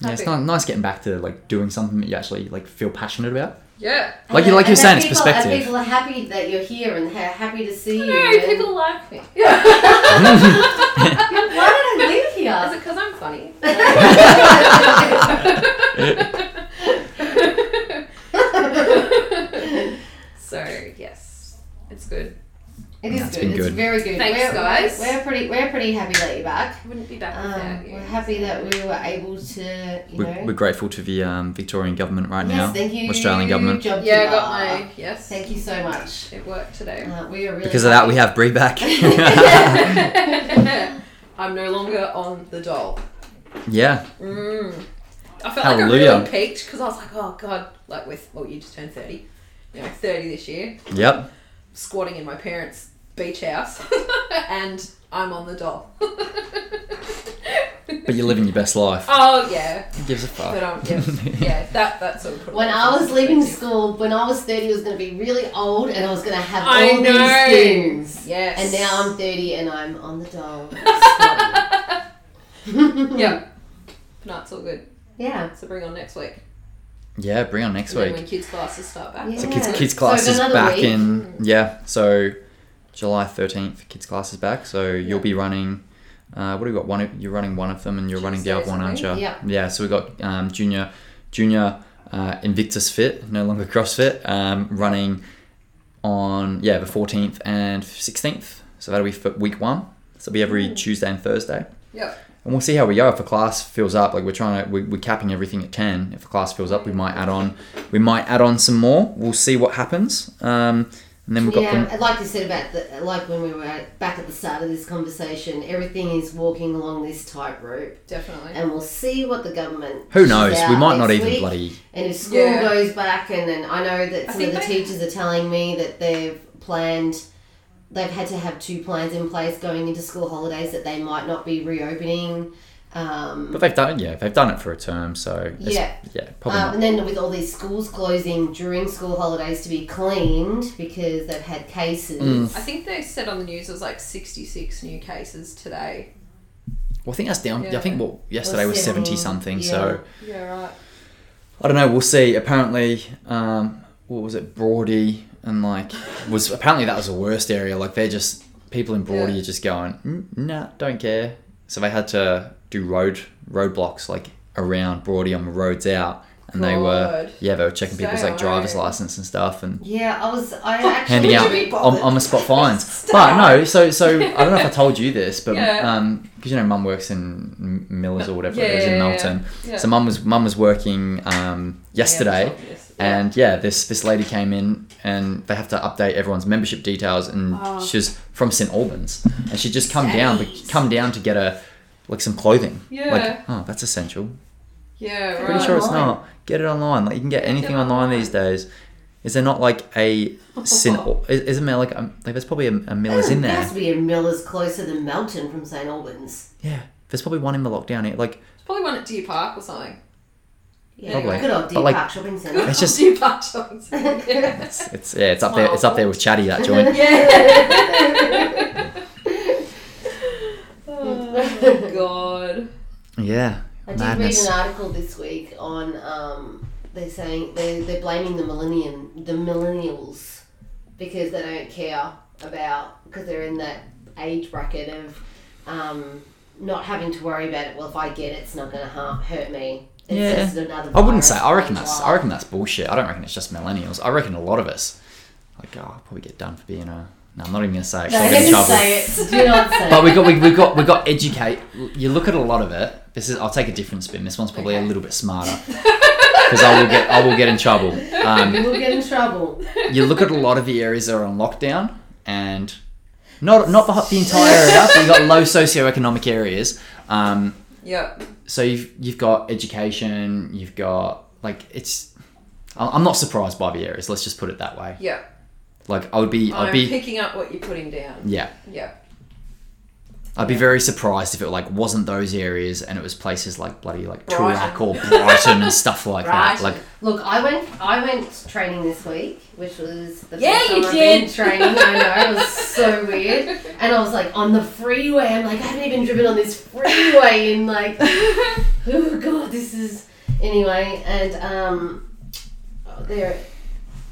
[SPEAKER 1] Yeah, it's
[SPEAKER 3] Happy.
[SPEAKER 1] ni- nice getting back to like doing something that you actually like feel passionate about.
[SPEAKER 3] yeah.
[SPEAKER 2] And
[SPEAKER 1] Like you-
[SPEAKER 2] then-
[SPEAKER 1] like you were
[SPEAKER 2] and
[SPEAKER 1] saying,
[SPEAKER 2] then
[SPEAKER 1] it's
[SPEAKER 2] people-
[SPEAKER 1] perspective.
[SPEAKER 2] And people are happy that you're here and ha- happy to see you.
[SPEAKER 3] No,
[SPEAKER 2] and-
[SPEAKER 3] people like me. [laughs] Yeah.
[SPEAKER 1] [laughs]
[SPEAKER 2] Why did I live
[SPEAKER 3] [laughs]
[SPEAKER 2] here?
[SPEAKER 3] Is it because I'm funny? So yes, it's good.
[SPEAKER 2] It is
[SPEAKER 1] That's
[SPEAKER 2] good.
[SPEAKER 1] been
[SPEAKER 2] It's
[SPEAKER 1] good.
[SPEAKER 2] very good.
[SPEAKER 3] Thanks,
[SPEAKER 2] we're,
[SPEAKER 3] guys.
[SPEAKER 2] We're pretty. We're pretty happy that you're back.
[SPEAKER 3] I wouldn't be back
[SPEAKER 2] Um,
[SPEAKER 3] without you.
[SPEAKER 2] we're happy that we were able to. You know.
[SPEAKER 1] We're, we're grateful to the um, Victorian government right
[SPEAKER 2] yes,
[SPEAKER 1] now,
[SPEAKER 2] thank you.
[SPEAKER 1] Australian government,
[SPEAKER 2] job
[SPEAKER 3] yeah, I
[SPEAKER 2] keeper.
[SPEAKER 3] got my yes.
[SPEAKER 2] Thank you so much.
[SPEAKER 3] It worked today.
[SPEAKER 2] Uh, we are really
[SPEAKER 1] because of that we have Brie [laughs]
[SPEAKER 2] [laughs]
[SPEAKER 1] back.
[SPEAKER 3] [laughs] I'm no longer on the doll.
[SPEAKER 1] yeah,
[SPEAKER 3] Mm. I felt like I
[SPEAKER 1] Hallelujah.
[SPEAKER 3] really peaked because I was like, oh god, like with well, you just turned thirty, you know, thirty this year,
[SPEAKER 1] yep.
[SPEAKER 3] squatting in my parents' beach house, [laughs] and I'm on the doll. [laughs]
[SPEAKER 1] But you're living your best life.
[SPEAKER 3] oh yeah,
[SPEAKER 1] Who gives a
[SPEAKER 3] but
[SPEAKER 1] fuck?
[SPEAKER 3] um, yeah,
[SPEAKER 1] [laughs]
[SPEAKER 3] yeah, that that sort of. put it
[SPEAKER 2] When
[SPEAKER 3] in
[SPEAKER 2] I was leaving
[SPEAKER 3] perspective.
[SPEAKER 2] school, when I was 30, I was going to be really old and I was going to have
[SPEAKER 3] I
[SPEAKER 2] all
[SPEAKER 3] know.
[SPEAKER 2] these things.
[SPEAKER 3] yes,
[SPEAKER 2] And now I'm 30 and I'm on the
[SPEAKER 3] [laughs]
[SPEAKER 2] dole. It's fun.
[SPEAKER 3] yeah. No, it's all good.
[SPEAKER 2] [laughs] Yeah.
[SPEAKER 3] So bring on next week.
[SPEAKER 1] Yeah, bring on next
[SPEAKER 3] And then
[SPEAKER 1] week.
[SPEAKER 3] when kids' classes start back.
[SPEAKER 2] Yeah.
[SPEAKER 1] So
[SPEAKER 3] So
[SPEAKER 1] kids
[SPEAKER 2] Yeah.
[SPEAKER 1] kids
[SPEAKER 2] So
[SPEAKER 1] class is
[SPEAKER 2] another
[SPEAKER 1] back
[SPEAKER 2] week.
[SPEAKER 1] in yeah. So July thirteenth, kids class is back. So you'll
[SPEAKER 3] Yeah.
[SPEAKER 1] be running. Uh, what do we got? One of- you're running one of them, and you're running the other
[SPEAKER 3] Tuesdays,
[SPEAKER 1] one,
[SPEAKER 3] I
[SPEAKER 1] aren't
[SPEAKER 3] think.
[SPEAKER 1] you?
[SPEAKER 2] Yeah.
[SPEAKER 1] Yeah. So we got um, junior junior uh, Invictus Fit, no longer CrossFit, um, running on yeah the fourteenth and sixteenth. So that'll be for week one. So it'll be
[SPEAKER 2] Mm.
[SPEAKER 1] every Tuesday and Thursday.
[SPEAKER 3] Yep.
[SPEAKER 1] And we'll see how we go. If a class fills up, like we're trying to, we- we're capping everything at ten. If a class fills up, we might add on, we might add on some more. We'll see what happens. Um, and then we've got
[SPEAKER 2] Yeah,
[SPEAKER 1] them.
[SPEAKER 2] and like you said about the, like when we were at, back at the start of this conversation, everything is walking along this tightrope,
[SPEAKER 3] definitely.
[SPEAKER 2] and we'll see what the government.
[SPEAKER 1] Who
[SPEAKER 2] pushes
[SPEAKER 1] knows? We
[SPEAKER 2] out
[SPEAKER 1] might not
[SPEAKER 2] next
[SPEAKER 1] even
[SPEAKER 2] week.
[SPEAKER 1] bloody.
[SPEAKER 2] And if school
[SPEAKER 3] Yeah.
[SPEAKER 2] goes back, and then I know that
[SPEAKER 3] I
[SPEAKER 2] some of
[SPEAKER 3] think
[SPEAKER 2] the
[SPEAKER 3] they-
[SPEAKER 2] teachers are telling me that they've planned, they've had to have two plans in place going into school holidays that they might not be reopening. Um,
[SPEAKER 1] But they've done, yeah, they've done it for a term, so it's-
[SPEAKER 2] Yeah.
[SPEAKER 1] yeah, probably
[SPEAKER 2] um,
[SPEAKER 1] not.
[SPEAKER 2] and then with all these schools closing during school holidays to be cleaned because they've had cases.
[SPEAKER 1] Mm.
[SPEAKER 3] I think they said on the news it was like 66 new cases today.
[SPEAKER 1] Well, I think that's down. I
[SPEAKER 3] Yeah.
[SPEAKER 1] think what yesterday was seventy something. So
[SPEAKER 3] Yeah, right.
[SPEAKER 1] I don't know. We'll see. Apparently, um, what was it, Broady and like was apparently that was the worst area. Like they're just people in Broady
[SPEAKER 3] Yeah.
[SPEAKER 1] are just going, "Mm, nah, don't care. So they had to do road roadblocks like around Broady on the roads out, and they were
[SPEAKER 3] God.
[SPEAKER 1] yeah they were checking people's
[SPEAKER 3] So
[SPEAKER 1] like driver's
[SPEAKER 3] hard.
[SPEAKER 1] license and stuff and.
[SPEAKER 2] Yeah, I was. I actually
[SPEAKER 1] Handing out
[SPEAKER 3] be
[SPEAKER 1] on,
[SPEAKER 3] bothered?
[SPEAKER 2] [clears throat]
[SPEAKER 1] on the spot
[SPEAKER 3] [laughs]
[SPEAKER 1] fines, but no. So so I don't know if I told you this, but um 'cause
[SPEAKER 3] Yeah.
[SPEAKER 1] because you know Mum works in M- Millers or whatever
[SPEAKER 3] Yeah,
[SPEAKER 1] it is
[SPEAKER 3] yeah,
[SPEAKER 1] in
[SPEAKER 3] yeah, yeah.
[SPEAKER 1] Melton,
[SPEAKER 3] Yeah.
[SPEAKER 1] so mum was mum was working um, yesterday,
[SPEAKER 3] Yeah, obvious.
[SPEAKER 1] and yeah, this this lady came in, and they have to update everyone's membership details, and
[SPEAKER 3] Oh.
[SPEAKER 1] she's from St Albans, and she just come down, but come down to get a like some clothing.
[SPEAKER 3] Yeah.
[SPEAKER 1] Like, oh, that's essential.
[SPEAKER 3] yeah, right.
[SPEAKER 1] Pretty sure it's
[SPEAKER 2] Online.
[SPEAKER 1] not. Get it online. Like you can get anything
[SPEAKER 3] it
[SPEAKER 1] online
[SPEAKER 3] online.
[SPEAKER 1] these days. Is there not like a St. Al- is- Isn't there like, um, like there's probably a, a Miller's in
[SPEAKER 2] There
[SPEAKER 1] there?
[SPEAKER 2] has to be a Miller's closer than Melton from St Albans.
[SPEAKER 1] Yeah, there's probably one in the lockdown. It, like
[SPEAKER 3] It's probably one at Deer Park or something.
[SPEAKER 2] Yeah,
[SPEAKER 1] Probably.
[SPEAKER 2] good old
[SPEAKER 1] But,
[SPEAKER 2] Deer
[SPEAKER 1] like-
[SPEAKER 2] Park Shopping
[SPEAKER 1] [laughs]
[SPEAKER 2] Centre.
[SPEAKER 3] [laughs]
[SPEAKER 1] It's just-
[SPEAKER 3] Deer Park Johnson.
[SPEAKER 2] [laughs]
[SPEAKER 3] Yeah.
[SPEAKER 1] it's, it's yeah, it's up there. It's up there with Chatty that joint. [laughs]
[SPEAKER 3] yeah. oh, God.
[SPEAKER 1] Yeah,
[SPEAKER 2] I did read an article this week on um, they're saying they they're blaming the millennium the millennials because they don't care about because they're in that age bracket of um, not having to worry about it. Well, if I get it, it's not going to hurt me. It's
[SPEAKER 1] Yeah.
[SPEAKER 2] just another.
[SPEAKER 1] I wouldn't say.
[SPEAKER 2] virus
[SPEAKER 1] I reckon
[SPEAKER 2] for a
[SPEAKER 1] that's.
[SPEAKER 2] while.
[SPEAKER 1] I reckon that's bullshit. I don't reckon it's just millennials. I reckon a lot of us, like, oh, I'll probably get done for being a. No, I'm not even gonna say it. 'cause I'll
[SPEAKER 2] No,
[SPEAKER 1] get in
[SPEAKER 2] don't
[SPEAKER 1] trouble.
[SPEAKER 2] say it. Do not say
[SPEAKER 1] But
[SPEAKER 2] it.
[SPEAKER 1] we got we, we got we got educate. You look at a lot of it. This is. I'll take a different spin. This one's probably a
[SPEAKER 3] Okay.
[SPEAKER 1] little bit smarter because I will get I will get in trouble. Um,
[SPEAKER 2] You will get in trouble.
[SPEAKER 1] you look at a lot of the areas that are on lockdown and not not the, the entire area. But you got low socioeconomic areas. Um,
[SPEAKER 3] Yep.
[SPEAKER 1] so you've you've got education, you've got like it's. I- I'm not surprised by the areas. Let's just put it that way.
[SPEAKER 3] Yep.
[SPEAKER 1] Like I would be,
[SPEAKER 3] I'm
[SPEAKER 1] I'd be,
[SPEAKER 3] picking up what you're putting down.
[SPEAKER 1] yeah,
[SPEAKER 3] Yep.
[SPEAKER 1] I'd be very surprised if it like wasn't those areas and it was places like bloody like
[SPEAKER 3] Brighton.
[SPEAKER 1] Toorak or Brighton and stuff like that.
[SPEAKER 3] Brighton.
[SPEAKER 1] Like
[SPEAKER 2] Look, I went. I went training this week, which was the
[SPEAKER 3] Yeah,
[SPEAKER 2] first
[SPEAKER 3] you
[SPEAKER 2] time I've been
[SPEAKER 3] did.
[SPEAKER 2] training. I know it was
[SPEAKER 3] [laughs]
[SPEAKER 2] so weird, and I was like on the freeway. I'm like, I haven't even driven on this freeway in like,
[SPEAKER 3] [laughs]
[SPEAKER 2] oh god, this is anyway. And um, there,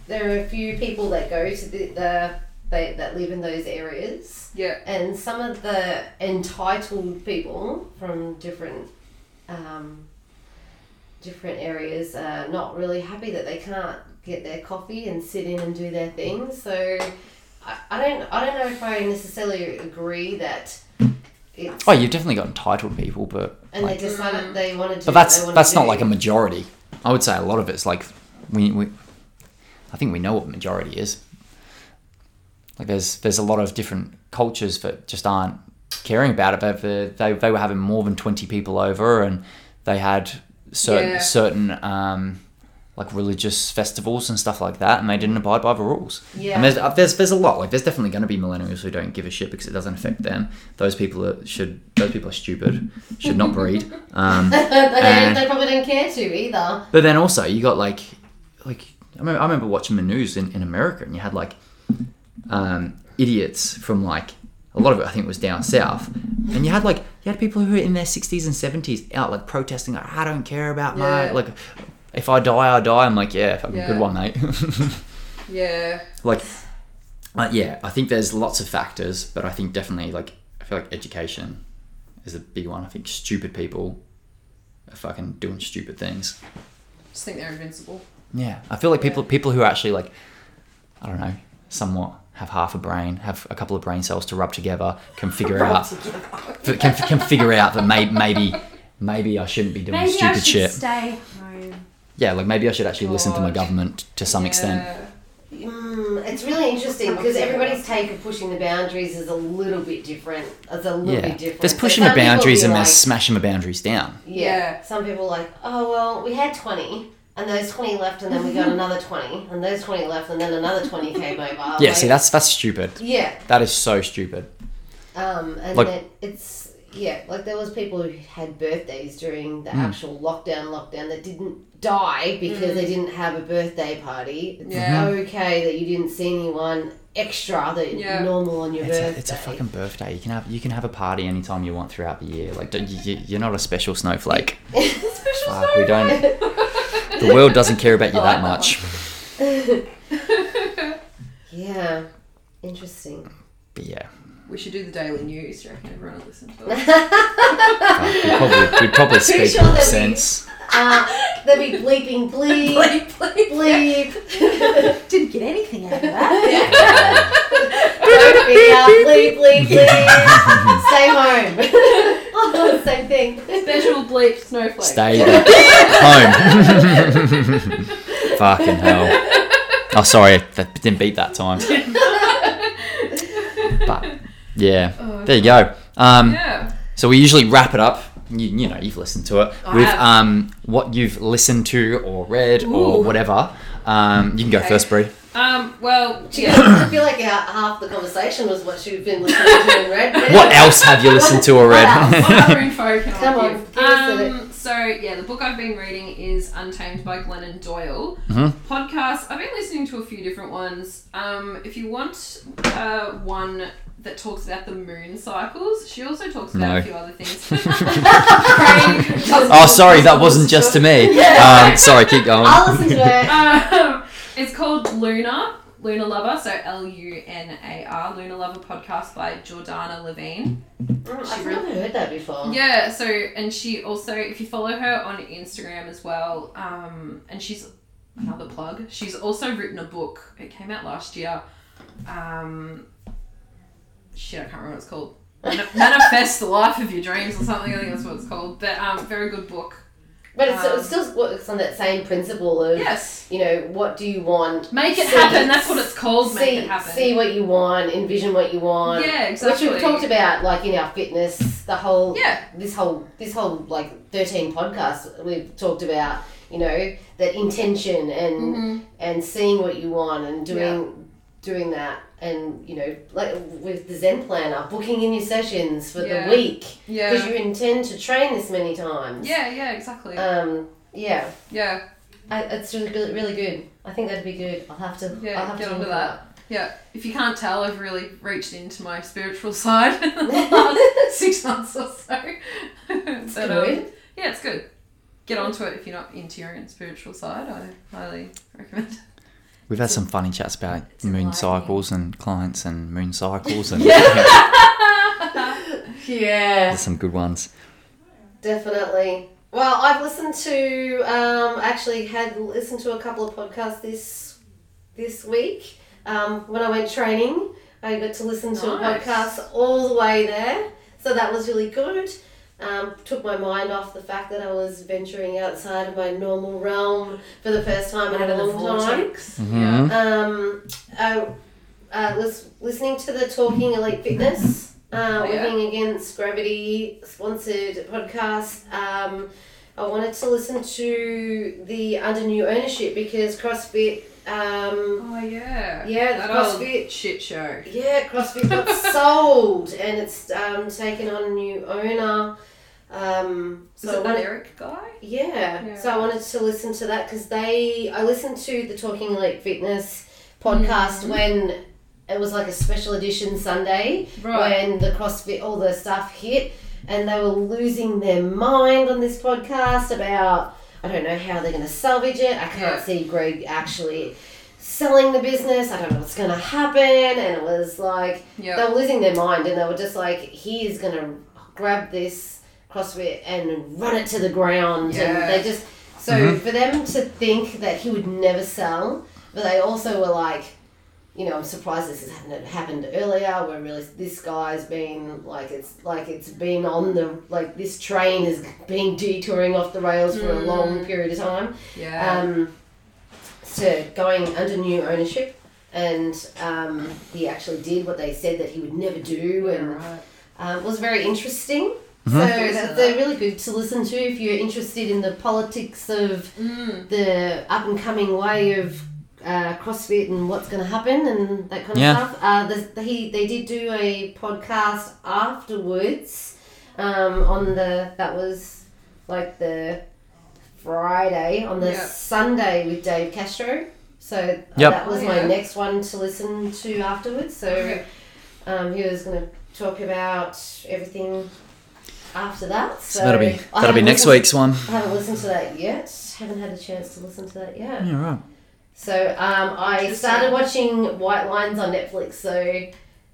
[SPEAKER 2] there are a few people that go to the, the they, that live in those areas
[SPEAKER 3] Yep.
[SPEAKER 2] and some of the entitled people from different um, different areas are not really happy that they can't get their coffee and sit in and do their thing. So I, I don't I don't know if I necessarily agree that it's
[SPEAKER 1] Oh, you've definitely got entitled people, but
[SPEAKER 2] and
[SPEAKER 1] like,
[SPEAKER 2] they decided they wanted to.
[SPEAKER 1] but that's
[SPEAKER 2] they wanted
[SPEAKER 1] that's
[SPEAKER 2] to
[SPEAKER 1] not
[SPEAKER 2] do. [laughs]
[SPEAKER 1] like a majority. I would say a lot of it's like we, we I think we know what majority is. Like there's there's a lot of different cultures that just aren't caring about it. But they they, they were having more than twenty people over, and they had certain
[SPEAKER 3] Yeah.
[SPEAKER 1] certain um, like religious festivals and stuff like that, and they didn't abide by the rules.
[SPEAKER 2] Yeah.
[SPEAKER 1] And there's uh, there's there's a lot. Like there's definitely going to be millennials who don't give a shit because it doesn't affect them. Those people are, should those people are stupid, should not breed.
[SPEAKER 2] [laughs]
[SPEAKER 1] Um,
[SPEAKER 2] they,
[SPEAKER 1] Uh,
[SPEAKER 2] they probably don't care to either.
[SPEAKER 1] but then also you got like, like I remember, I remember watching the news in, in America, and you had like um, idiots from like a lot of it. I think was down south, and you had like you had people who were in their sixties and seventies out like protesting, like I don't care about my
[SPEAKER 3] Yeah.
[SPEAKER 1] like if I die I die. I'm like yeah, fucking
[SPEAKER 3] Yeah.
[SPEAKER 1] good one, mate. [laughs]
[SPEAKER 3] Yeah.
[SPEAKER 1] like, uh, yeah, I think there's lots of factors, but I think definitely like I feel like education is a big one. I think stupid people are fucking doing stupid things.
[SPEAKER 3] Just think they're invincible.
[SPEAKER 1] Yeah, I feel like people people who are actually like, I don't know, somewhat have half a brain, have a couple of brain cells to rub together, can figure out f- can, can figure out that may, maybe maybe I shouldn't be doing
[SPEAKER 4] Maybe I
[SPEAKER 1] stupid
[SPEAKER 4] should
[SPEAKER 1] shit.
[SPEAKER 4] stay home.
[SPEAKER 1] yeah, like maybe I should actually listen to my
[SPEAKER 3] God.
[SPEAKER 1] government to some extent.
[SPEAKER 2] Mm, it's really interesting because everybody's take of pushing the boundaries is a little bit different. It's a little
[SPEAKER 1] Yeah,
[SPEAKER 2] bit different.
[SPEAKER 1] there's
[SPEAKER 2] So
[SPEAKER 1] pushing
[SPEAKER 2] some
[SPEAKER 1] the
[SPEAKER 2] people
[SPEAKER 1] boundaries
[SPEAKER 2] be
[SPEAKER 1] and
[SPEAKER 2] like-
[SPEAKER 1] there's smashing the boundaries down.
[SPEAKER 2] Yeah.
[SPEAKER 3] Yeah.
[SPEAKER 2] Some people are like, oh, well, we had 20, and those 20 left, and then we
[SPEAKER 1] [laughs]
[SPEAKER 2] got another 20, and those 20 left, and then another 20 came over.
[SPEAKER 1] Yeah,
[SPEAKER 2] Oh, Like,
[SPEAKER 1] see that's that's stupid.
[SPEAKER 2] Yeah.
[SPEAKER 1] That is so stupid.
[SPEAKER 2] Um, and
[SPEAKER 1] Like-
[SPEAKER 2] then it's. Yeah, like there was people who had birthdays during
[SPEAKER 1] Hmm.
[SPEAKER 2] the actual lockdown lockdown that didn't die because they
[SPEAKER 1] Hmm.
[SPEAKER 2] didn't have a birthday party. It's
[SPEAKER 3] Yeah.
[SPEAKER 2] okay that you didn't see anyone extra that
[SPEAKER 3] Yeah.
[SPEAKER 2] normal on your
[SPEAKER 1] It's
[SPEAKER 2] birthday.
[SPEAKER 1] a, it's a fucking birthday. You can have you can have a party anytime you want throughout the year. Like don't- you, you- you're not a special snowflake. Fuck, we don't. The world doesn't care about you that much.
[SPEAKER 2] [laughs]
[SPEAKER 4] [laughs]
[SPEAKER 2] yeah. Interesting.
[SPEAKER 1] But yeah,
[SPEAKER 3] We should do the daily news. Do you reckon everyone will listen to
[SPEAKER 4] [laughs]
[SPEAKER 3] it?
[SPEAKER 1] fuck, we'd probably, we'd probably
[SPEAKER 2] Pretty
[SPEAKER 1] speak
[SPEAKER 2] sure
[SPEAKER 1] more
[SPEAKER 2] that'd be-
[SPEAKER 1] sense.
[SPEAKER 2] Uh, they'd be
[SPEAKER 1] [laughs]
[SPEAKER 2] bleeping bleep
[SPEAKER 3] Bleep, bleep.
[SPEAKER 4] [laughs]
[SPEAKER 2] bleep.
[SPEAKER 4] Didn't get anything out of that.
[SPEAKER 3] [laughs]
[SPEAKER 2] Don't be out. Bleep,
[SPEAKER 1] [laughs]
[SPEAKER 2] bleep, bleep. Stay home. oh, [laughs] same thing.
[SPEAKER 3] Special bleep snowflake. [laughs]
[SPEAKER 1] Stay the home. Fucking hell. Oh, sorry, that didn't beat that time. But
[SPEAKER 4] Oh,
[SPEAKER 1] yeah, there you go. Um,
[SPEAKER 3] Yeah.
[SPEAKER 1] So we usually wrap it up. You, you know, you've listened to it
[SPEAKER 3] I
[SPEAKER 1] with
[SPEAKER 3] have.
[SPEAKER 1] um, what you've listened to or read
[SPEAKER 3] Ooh.
[SPEAKER 1] or whatever. Um, you can go
[SPEAKER 3] Okay.
[SPEAKER 1] first, Brie.
[SPEAKER 3] Um. Well.
[SPEAKER 2] Do you
[SPEAKER 3] Yeah.
[SPEAKER 2] guys- I feel like ha- half the conversation was what you've been listening to and read.
[SPEAKER 1] What else have you listened to or
[SPEAKER 3] [laughs]
[SPEAKER 1] read?
[SPEAKER 2] What
[SPEAKER 3] What
[SPEAKER 2] [laughs]
[SPEAKER 3] other info can
[SPEAKER 2] Come
[SPEAKER 3] I
[SPEAKER 2] on,
[SPEAKER 3] give?
[SPEAKER 2] give us a-
[SPEAKER 3] Um, so yeah, the book I've been reading is Untamed by Glennon Doyle.
[SPEAKER 1] Mhm.
[SPEAKER 3] Podcast. I've been listening to a few different ones. Um, if you want uh, one that talks about the moon cycles, she also talks about
[SPEAKER 1] No.
[SPEAKER 3] a few other things. [laughs] Craig does
[SPEAKER 1] oh,
[SPEAKER 3] all
[SPEAKER 1] sorry, that
[SPEAKER 3] sorts
[SPEAKER 1] wasn't
[SPEAKER 3] of
[SPEAKER 1] just to
[SPEAKER 3] stuff.
[SPEAKER 1] me.
[SPEAKER 2] Yeah.
[SPEAKER 1] Um, sorry, keep going.
[SPEAKER 2] I'll listen to [laughs] it.
[SPEAKER 3] Um, it's called Luna, Luna Lover, so L U N A R, Luna Lover podcast by Jordana Levine.
[SPEAKER 2] I've never heard that before.
[SPEAKER 3] Yeah, so and she also if you follow her on Instagram as well, um, and she's another plug. She's also written a book. It came out last year. Um, shit, I can't remember what it's called.
[SPEAKER 2] [laughs]
[SPEAKER 3] Mani- Manifest the life of your dreams or something. I think that's what it's called. But um, very good book.
[SPEAKER 2] But it's,
[SPEAKER 3] Um,
[SPEAKER 2] it still works on that same principle of,
[SPEAKER 3] Yes,
[SPEAKER 2] you know, what do you want?
[SPEAKER 3] make it
[SPEAKER 2] See-
[SPEAKER 3] happen. That's what it's called. Make
[SPEAKER 2] See,
[SPEAKER 3] it happen.
[SPEAKER 2] see what you want, envision what you want.
[SPEAKER 3] yeah, exactly.
[SPEAKER 2] Which we've talked about, like, in our fitness, the whole
[SPEAKER 3] Yeah,
[SPEAKER 2] this whole this whole like 13 podcasts we've talked about you know that intention and
[SPEAKER 3] Mhm.
[SPEAKER 2] and seeing what you want and doing
[SPEAKER 3] Yeah.
[SPEAKER 2] doing that and you know like with the zen planner booking in your sessions for
[SPEAKER 3] Yeah.
[SPEAKER 2] the week because
[SPEAKER 3] yeah,
[SPEAKER 2] you intend to train this many times
[SPEAKER 3] yeah, yeah, exactly.
[SPEAKER 2] um yeah
[SPEAKER 3] yeah.
[SPEAKER 2] I, it's really good really good i think that'd be good i'll have to
[SPEAKER 3] Yeah,
[SPEAKER 2] i'll have
[SPEAKER 3] get
[SPEAKER 2] to
[SPEAKER 3] onto
[SPEAKER 2] look
[SPEAKER 3] that. Yeah, if you can't tell, I've really reached into my spiritual side [laughs] in the last six months or so.
[SPEAKER 2] It's
[SPEAKER 3] But, um,
[SPEAKER 2] good.
[SPEAKER 3] yeah, it's good. Get onto it if you're not into your own spiritual side. I highly recommend. it.
[SPEAKER 1] We've had some funny chats about
[SPEAKER 3] It's
[SPEAKER 1] moon
[SPEAKER 3] enlightening.
[SPEAKER 1] cycles and clients and moon cycles, and
[SPEAKER 2] [laughs] yeah
[SPEAKER 1] there's some good ones.
[SPEAKER 2] definitely Well, I've listened to um, actually had listened to a couple of podcasts this this week. Um, when I went training, I got to listen to
[SPEAKER 3] Nice.
[SPEAKER 2] a podcast all the way there, so that was really good. Um, took my mind off the fact that I was venturing outside of my normal realm for the first time in
[SPEAKER 3] Out of
[SPEAKER 2] a
[SPEAKER 3] the
[SPEAKER 2] long time.
[SPEAKER 3] vortex.
[SPEAKER 1] Mhm.
[SPEAKER 2] Um, I uh, was listening to the Talking Elite Fitness, uh,
[SPEAKER 3] Oh, yeah.
[SPEAKER 2] Working Against Gravity sponsored podcast. Um, I wanted to listen to the Under New Ownership because CrossFit, um,
[SPEAKER 3] Oh yeah.
[SPEAKER 2] Yeah,
[SPEAKER 3] That
[SPEAKER 2] the
[SPEAKER 3] old
[SPEAKER 2] CrossFit.
[SPEAKER 3] shit show.
[SPEAKER 2] yeah, CrossFit
[SPEAKER 3] [laughs]
[SPEAKER 2] got sold and it's um, taken on a new owner. Um,
[SPEAKER 3] Is
[SPEAKER 2] so I
[SPEAKER 3] it that
[SPEAKER 2] wanted-
[SPEAKER 3] Eric guy?
[SPEAKER 2] yeah.
[SPEAKER 3] Yeah.
[SPEAKER 2] So I wanted to listen to that because they, I listened to the Talking Elite Fitness podcast when it was like a special edition Sunday when the CrossFit, all the stuff hit, and they were losing their mind on this podcast about, I don't know how they're going to salvage it. I can't
[SPEAKER 3] Yeah.
[SPEAKER 2] see Greg actually selling the business. I don't know what's going to happen. And it was like,
[SPEAKER 3] Yeah.
[SPEAKER 2] they were losing their mind and they were just like, he is going to grab this CrossFit and run it to the ground.
[SPEAKER 3] Yeah.
[SPEAKER 2] And they just, so for them to think that he would never sell, but they also were like, you know, I'm surprised this has happened, happened earlier. We're really, this guy's been like, it's like it's been on the, like this train has been detouring off the rails for a long period of time
[SPEAKER 3] Mm. Yeah.
[SPEAKER 2] um, to going under new ownership, and um, he actually did what they said that he would never do,
[SPEAKER 3] Yeah,
[SPEAKER 2] and
[SPEAKER 3] right.
[SPEAKER 2] um, it was very interesting. So
[SPEAKER 1] Mhm.
[SPEAKER 2] that- they're really good to listen to if you're interested in the politics of
[SPEAKER 3] Mm.
[SPEAKER 2] the up and coming way of uh, CrossFit and what's going to happen and that kind
[SPEAKER 1] Yeah.
[SPEAKER 2] of stuff. Uh, the, he they did do a podcast afterwards um, on the that was like the Friday on the
[SPEAKER 3] Yeah.
[SPEAKER 2] Sunday with Dave Castro. So uh,
[SPEAKER 1] Yep.
[SPEAKER 2] that was
[SPEAKER 3] Oh,
[SPEAKER 2] my
[SPEAKER 3] yeah.
[SPEAKER 2] next one to listen to afterwards. So
[SPEAKER 3] Yeah.
[SPEAKER 2] um, he was going to talk about everything after that. So,
[SPEAKER 1] So that'll be
[SPEAKER 2] I
[SPEAKER 1] that'll be
[SPEAKER 2] haven't
[SPEAKER 1] next
[SPEAKER 2] listened-
[SPEAKER 1] week's one.
[SPEAKER 2] I haven't listened to that yet. Haven't had a chance to listen to that yet.
[SPEAKER 1] Yeah, right.
[SPEAKER 2] So um, I
[SPEAKER 3] Mm. Interesting.
[SPEAKER 2] started watching White Lines on Netflix. So they,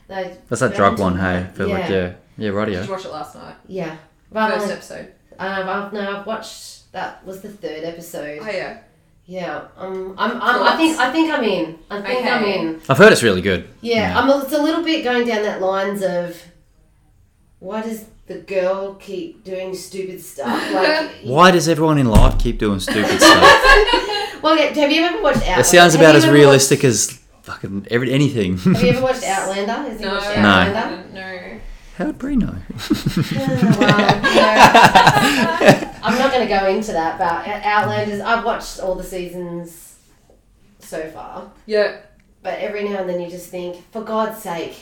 [SPEAKER 1] That's that drug one, hey? But like,
[SPEAKER 2] Yeah.
[SPEAKER 1] yeah, yeah,
[SPEAKER 3] Did
[SPEAKER 1] radio.
[SPEAKER 3] you watch it last night?
[SPEAKER 2] yeah. But
[SPEAKER 3] First
[SPEAKER 2] um,
[SPEAKER 3] episode.
[SPEAKER 2] I've no, I've watched that was the third episode.
[SPEAKER 3] Oh yeah.
[SPEAKER 2] Yeah, um, I'm, I'm, I think I think I'm in. I think I'm
[SPEAKER 3] Okay.
[SPEAKER 2] in.
[SPEAKER 1] I've heard it's really good.
[SPEAKER 2] Yeah,
[SPEAKER 1] Yeah.
[SPEAKER 2] I'm. A, it's a little bit going down that lines of why does the girl keep doing stupid stuff?
[SPEAKER 3] [laughs]
[SPEAKER 2] Like,
[SPEAKER 1] Why does everyone in life keep doing
[SPEAKER 2] [laughs]
[SPEAKER 1] stupid stuff?
[SPEAKER 2] well, yeah, have you ever watched Outlander?
[SPEAKER 1] It sounds
[SPEAKER 2] Have
[SPEAKER 1] about
[SPEAKER 2] you
[SPEAKER 1] as
[SPEAKER 2] ever
[SPEAKER 1] realistic as fucking every, anything.
[SPEAKER 2] watched- have you ever watched Outlander? Has he
[SPEAKER 3] No.
[SPEAKER 2] watched
[SPEAKER 1] I
[SPEAKER 2] Outlander?
[SPEAKER 3] No. no.
[SPEAKER 1] [laughs] How would Brie
[SPEAKER 2] [laughs]
[SPEAKER 1] know?
[SPEAKER 2] Yeah,
[SPEAKER 3] [laughs]
[SPEAKER 2] well, you know, Oh, I'm not going to go into that, but Outlanders, I've watched all the seasons so far,
[SPEAKER 3] Yeah.
[SPEAKER 2] but every now and then you just think, for God's sake,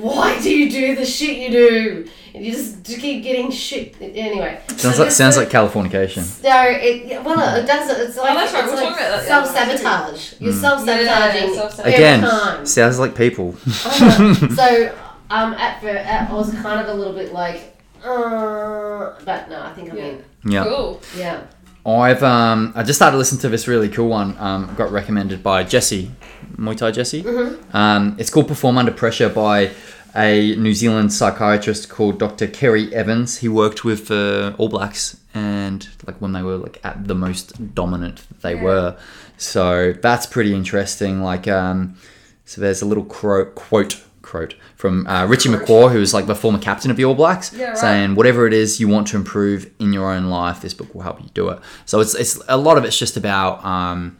[SPEAKER 2] why do you do the shit you do? And you just do keep getting shit. Anyway.
[SPEAKER 1] [laughs] Sounds like sounds like Californication.
[SPEAKER 2] No, it, yeah, well, it does. It's like,
[SPEAKER 3] Oh, that's right,
[SPEAKER 2] it's
[SPEAKER 3] we're
[SPEAKER 2] like
[SPEAKER 3] talking about that the other
[SPEAKER 2] self
[SPEAKER 3] night, too.
[SPEAKER 2] sabotage. You're self sabotaging.
[SPEAKER 3] Yeah, self-sabotage.
[SPEAKER 2] Every
[SPEAKER 1] Hmm. Again, [laughs]
[SPEAKER 2] time.
[SPEAKER 1] sounds like people.
[SPEAKER 2] [laughs] Oh, so um, at, fir- at I was kind of a little bit like, uh, but no, I think I'm
[SPEAKER 3] Yeah.
[SPEAKER 2] in.
[SPEAKER 1] yeah.
[SPEAKER 3] Cool.
[SPEAKER 2] Yeah.
[SPEAKER 1] I've um I just started listening to this really cool one. Um, got recommended by Jesse, Muay Thai Jesse. Um, it's called Perform Under Pressure by a New Zealand psychiatrist called Dr. Kerry Evans. He worked with uh, All Blacks and like when they were like at the most dominant they
[SPEAKER 3] Yeah.
[SPEAKER 1] were. So that's pretty interesting. Like um, so there's a little cro- quote quote from uh, Richie McCaw, who was like the former captain of the All Blacks,
[SPEAKER 3] Yeah, right.
[SPEAKER 1] saying whatever it is you want to improve in your own life, this book will help you do it. So it's it's a lot of it's just about. Um,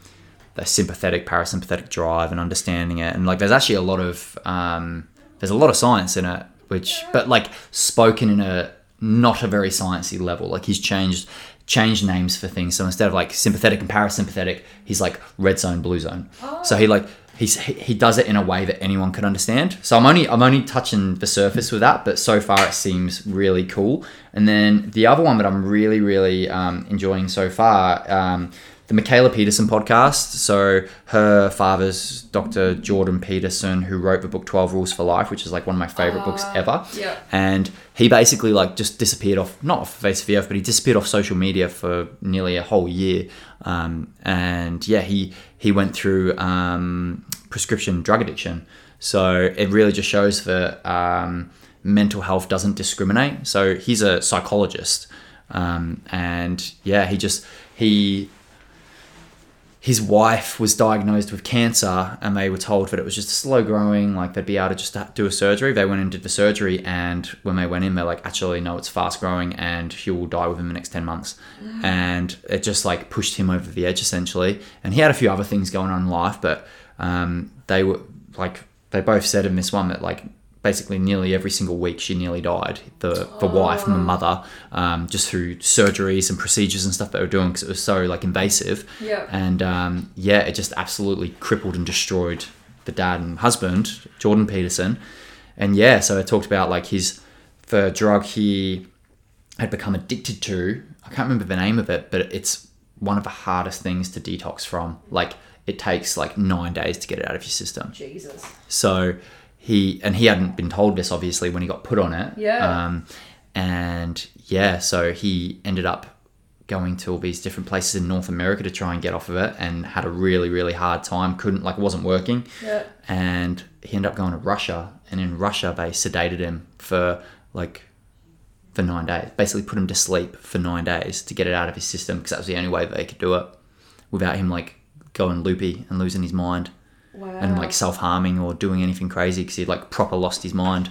[SPEAKER 1] the sympathetic parasympathetic drive and understanding it and like there's actually a lot of um, there's a lot of science in it which but like spoken in a not a very sciencey level like he's changed changed names for things so instead of like sympathetic and parasympathetic he's like red zone blue zone so he like he's he, he does it in a way that anyone could understand so i'm only i'm only touching the surface with that but so far it seems really cool and then the other one that i'm really really um, enjoying so far um, the Michaela Peterson podcast. So her father's Dr. Jordan Peterson, who wrote the book Twelve Rules for Life, which is like one of my favorite books ever.
[SPEAKER 3] yeah.
[SPEAKER 1] And he basically like just disappeared off, not off the face of the earth, but he disappeared off social media for nearly a whole year. Um, and yeah, he he went through um, prescription drug addiction. So it really just shows that um, mental health doesn't discriminate. So he's a psychologist. Um, and yeah, he just he his wife was diagnosed with cancer, and they were told that it was just slow growing. Like they'd be able to just ha- do a surgery. They went and did the surgery, and when they went in, they're like, actually, no, it's fast growing, and she will die within the next ten months. And it just like pushed him over the edge essentially. And he had a few other things going on in life, but um, they were like they both said in this one that like basically nearly every single week she nearly died the the wife and the mother um, just through surgeries and procedures and stuff that they were doing because it was so like invasive
[SPEAKER 3] Yeah.
[SPEAKER 1] and um, yeah it just absolutely crippled and destroyed the dad and husband jordan peterson and yeah so i talked about like his the drug he had become addicted to i can't remember the name of it but it's one of the hardest things to detox from like it takes like nine days to get it out of your system
[SPEAKER 3] Jesus.
[SPEAKER 1] so he and he hadn't been told this obviously when he got put on it.
[SPEAKER 3] Yeah.
[SPEAKER 1] Um, and yeah, so he ended up going to all these different places in North America to try and get off of it, and had a really really hard time. Couldn't like wasn't working,
[SPEAKER 3] Yeah.
[SPEAKER 1] and he ended up going to Russia. And in Russia, they sedated him for like for nine days. Basically, put him to sleep for nine days to get it out of his system because that was the only way they could do it without him like going loopy and losing his mind
[SPEAKER 3] Wow.
[SPEAKER 1] and like self harming or doing anything crazy because he like proper lost his mind.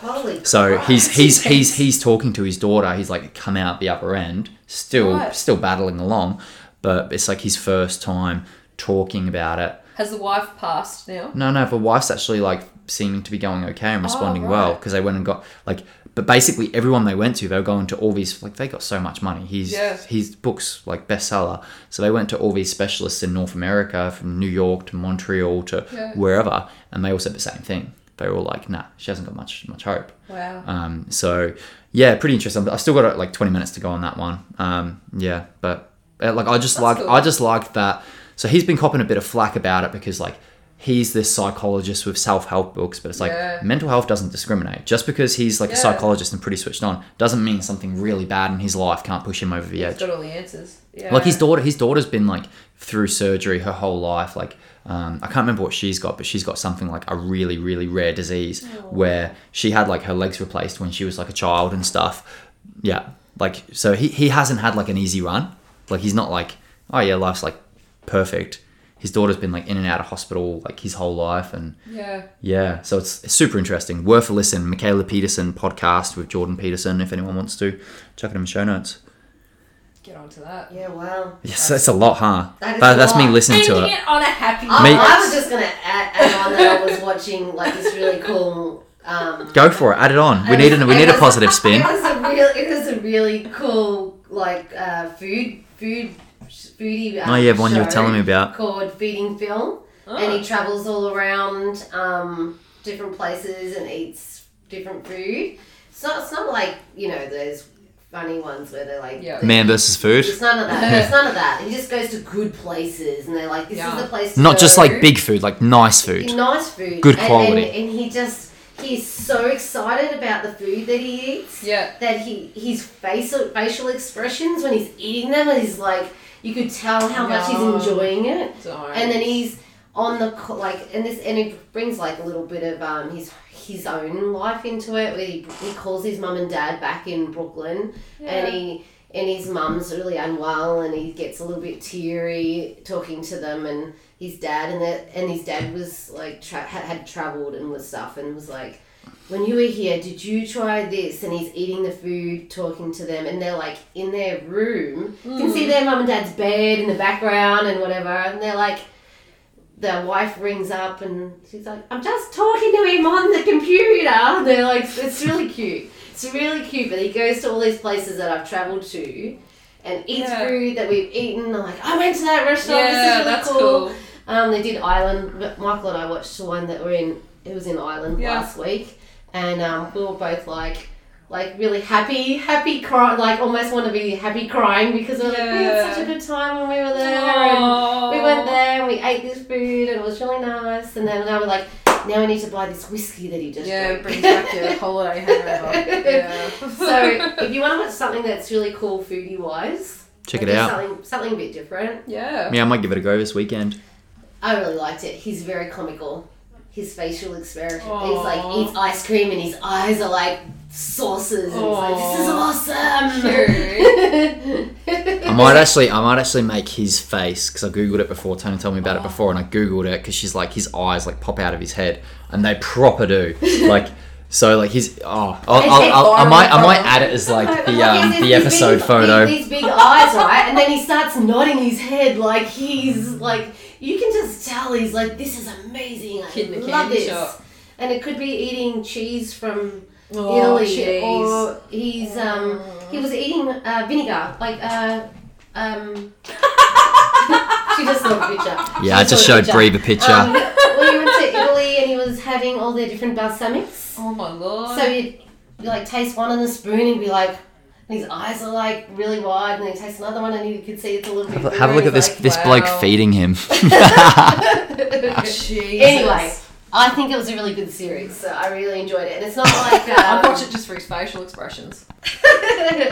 [SPEAKER 2] Holy
[SPEAKER 1] So
[SPEAKER 2] Christ.
[SPEAKER 1] he's he's he's he's talking to his daughter. He's like come out the other end, still
[SPEAKER 3] Right.
[SPEAKER 1] still battling along, but it's like his first time talking about it.
[SPEAKER 3] Has the wife passed now?
[SPEAKER 1] No, no, the wife's actually like seeming to be going okay and responding
[SPEAKER 3] Oh, right.
[SPEAKER 1] well because they went and got like. But basically, everyone they went to, they were going to all these like they got so much money. He's
[SPEAKER 3] Yeah.
[SPEAKER 1] his books like bestseller, so they went to all these specialists in North America, from New York to Montreal to
[SPEAKER 3] Yeah.
[SPEAKER 1] wherever, and they all said the same thing. They were all like, "Nah, she hasn't got much much hope."
[SPEAKER 3] Wow.
[SPEAKER 1] Um, so yeah, pretty interesting. I still got uh, like 20 minutes to go on that one. Um, yeah, but uh, like I just
[SPEAKER 3] That's
[SPEAKER 1] like
[SPEAKER 3] cool.
[SPEAKER 1] I just like that. So he's been copping a bit of flack about it because like he's this psychologist with self-help books, but it's like
[SPEAKER 3] Yeah.
[SPEAKER 1] mental health doesn't discriminate. Just because he's like a
[SPEAKER 3] Yeah.
[SPEAKER 1] psychologist and pretty switched on doesn't mean something really bad in his life can't push him over the edge.
[SPEAKER 3] He's got all the answers. Yeah.
[SPEAKER 1] Like his daughter, his daughter's been like through surgery her whole life. Like um, I can't remember what she's got, but she's got something like a really, really rare disease where she had like her legs replaced when she was like a child and stuff. Yeah, like so he he hasn't had like an easy run. Like he's not like oh yeah, life's like perfect. His daughter's been like in and out of hospital like his whole life, and
[SPEAKER 3] Yeah.
[SPEAKER 1] yeah, so it's, it's super interesting. Worth a listen. Michaela Peterson podcast with Jordan Peterson. If anyone wants to, check it in the show notes.
[SPEAKER 3] Get onto that.
[SPEAKER 2] Yeah, wow.
[SPEAKER 1] Yes, that's a lot, huh?
[SPEAKER 2] That is
[SPEAKER 1] That-
[SPEAKER 2] a
[SPEAKER 1] that's me
[SPEAKER 2] lot.
[SPEAKER 1] listening to
[SPEAKER 3] Ending
[SPEAKER 1] it.
[SPEAKER 3] it on a happy
[SPEAKER 2] I,
[SPEAKER 1] Me-
[SPEAKER 2] I was just gonna add, add on that I was watching like this really cool. Um,
[SPEAKER 1] Go for it. Add it on. We need a we need a positive spin.
[SPEAKER 2] It was a real, it was a really cool like uh, food food foodie. Uh,
[SPEAKER 1] Oh yeah, one you were
[SPEAKER 2] show
[SPEAKER 1] telling me about.
[SPEAKER 2] Called Feeding Film,
[SPEAKER 3] Oh.
[SPEAKER 2] and he travels all around um, different places and eats different food. It's not it's not like you know those funny ones where they're like
[SPEAKER 3] Yeah.
[SPEAKER 2] they-
[SPEAKER 1] Man versus food.
[SPEAKER 2] It's none of that.
[SPEAKER 3] [laughs]
[SPEAKER 2] It's none of that. He just goes to good places, and they're like, "This
[SPEAKER 3] Yeah.
[SPEAKER 2] is the place." To
[SPEAKER 1] Not just
[SPEAKER 2] go.
[SPEAKER 1] like big food, like nice food.
[SPEAKER 2] Nice food.
[SPEAKER 1] Good
[SPEAKER 2] And- and-
[SPEAKER 1] quality.
[SPEAKER 2] And, he just he's so excited about the food that he eats
[SPEAKER 3] Yeah.
[SPEAKER 2] that he his facial facial expressions when he's eating them is like you could tell how much
[SPEAKER 3] Yum.
[SPEAKER 2] he's enjoying it.
[SPEAKER 3] Darn.
[SPEAKER 2] And then he's on the co- like, and this and it brings like a little bit of um his his own life into it. Where he, he calls his mum and dad back in Brooklyn,
[SPEAKER 3] Yeah.
[SPEAKER 2] and he and his mum's really unwell, and he gets a little bit teary talking to them, and his dad and that and his dad was like tra- had, had travelled and was stuff, and was like. When you were here, did you try this? And he's eating the food, talking to them, and they're like in their room, you can see their mum and dad's bed in the background and whatever, and they're like, the wife rings up and she's like, I'm just talking to him on the computer. And they're like, it's really cute. It's really cute, but he goes to all these places that I've travelled to and eats
[SPEAKER 3] Yeah.
[SPEAKER 2] food that we've eaten. I'm like, I went to that restaurant. Oh, this is
[SPEAKER 3] yeah,
[SPEAKER 2] really
[SPEAKER 3] that's
[SPEAKER 2] cool.
[SPEAKER 3] cool.
[SPEAKER 2] Um, they did Ireland. but Michael and I watched the one that were in. It was in Ireland
[SPEAKER 3] Yeah.
[SPEAKER 2] last week, and um, we were both like, like really happy, happy crying, like almost want to be happy crying because we we're like, we
[SPEAKER 3] Yeah.
[SPEAKER 2] had such a good time when we were there. And
[SPEAKER 3] Oh.
[SPEAKER 2] we went there and we ate this food and it was really nice. And then now we're like, now we need to buy this whiskey that he just
[SPEAKER 3] Yeah, it
[SPEAKER 2] drank.
[SPEAKER 3] brings back your holiday hangover. Yeah.
[SPEAKER 2] [laughs] so if you want to watch something that's really cool foodie wise,
[SPEAKER 1] Check it out.
[SPEAKER 2] Something, something a bit different.
[SPEAKER 3] yeah.
[SPEAKER 1] Yeah, I might give it a go this weekend.
[SPEAKER 2] I really liked it. He's very comical. his facial expression. He's
[SPEAKER 3] Aw.
[SPEAKER 2] like eats ice cream and his eyes are like saucers. And it's like this is
[SPEAKER 3] Aw.
[SPEAKER 2] [laughs] awesome.
[SPEAKER 1] I might actually, I might actually make his face because I googled it before. Tony told me about it before, and I googled it because she's like his eyes like pop out of his head, and they proper
[SPEAKER 2] [laughs]
[SPEAKER 1] do like. So like his oh I'll,
[SPEAKER 2] They
[SPEAKER 1] I'll,
[SPEAKER 2] take
[SPEAKER 1] I'll, I
[SPEAKER 2] orange
[SPEAKER 1] might I might
[SPEAKER 2] colour.
[SPEAKER 1] add it as like the
[SPEAKER 2] Like, he has
[SPEAKER 1] um,
[SPEAKER 2] these
[SPEAKER 1] the
[SPEAKER 2] big-
[SPEAKER 1] episode
[SPEAKER 2] big-
[SPEAKER 1] photo.
[SPEAKER 2] These, big eyes, right? And then he starts nodding his head like he's like you can just tell he's like this is amazing. I
[SPEAKER 3] Kid in the
[SPEAKER 2] love
[SPEAKER 3] candy
[SPEAKER 2] this.
[SPEAKER 3] shop.
[SPEAKER 2] And it could be eating cheese from
[SPEAKER 3] Oh,
[SPEAKER 2] Italy
[SPEAKER 3] jeez.
[SPEAKER 2] or he's um he was eating uh, vinegar like uh um. [laughs] she just saw a picture.
[SPEAKER 1] Yeah, I
[SPEAKER 2] She
[SPEAKER 1] just
[SPEAKER 2] saw a
[SPEAKER 1] showed Bree the picture.
[SPEAKER 2] Um, we went to Italy and he was having all their different balsamics.
[SPEAKER 3] Oh my lord.
[SPEAKER 2] So you'd, you like taste one on the spoon and be like, and his eyes are like really wide, and then you taste another one and you could see it's a little bit.
[SPEAKER 1] have, a- have a look at this this bloke
[SPEAKER 3] wow.
[SPEAKER 1] feeding
[SPEAKER 2] [laughs]
[SPEAKER 1] him. [laughs]
[SPEAKER 2] this.
[SPEAKER 3] Jesus.
[SPEAKER 2] anyway, [laughs] I think it was a really good series, so I really enjoyed it. And it's not
[SPEAKER 3] [laughs]
[SPEAKER 2] like
[SPEAKER 3] I
[SPEAKER 2] um,
[SPEAKER 3] watch it just for his
[SPEAKER 2] [laughs]
[SPEAKER 3] facial expressions.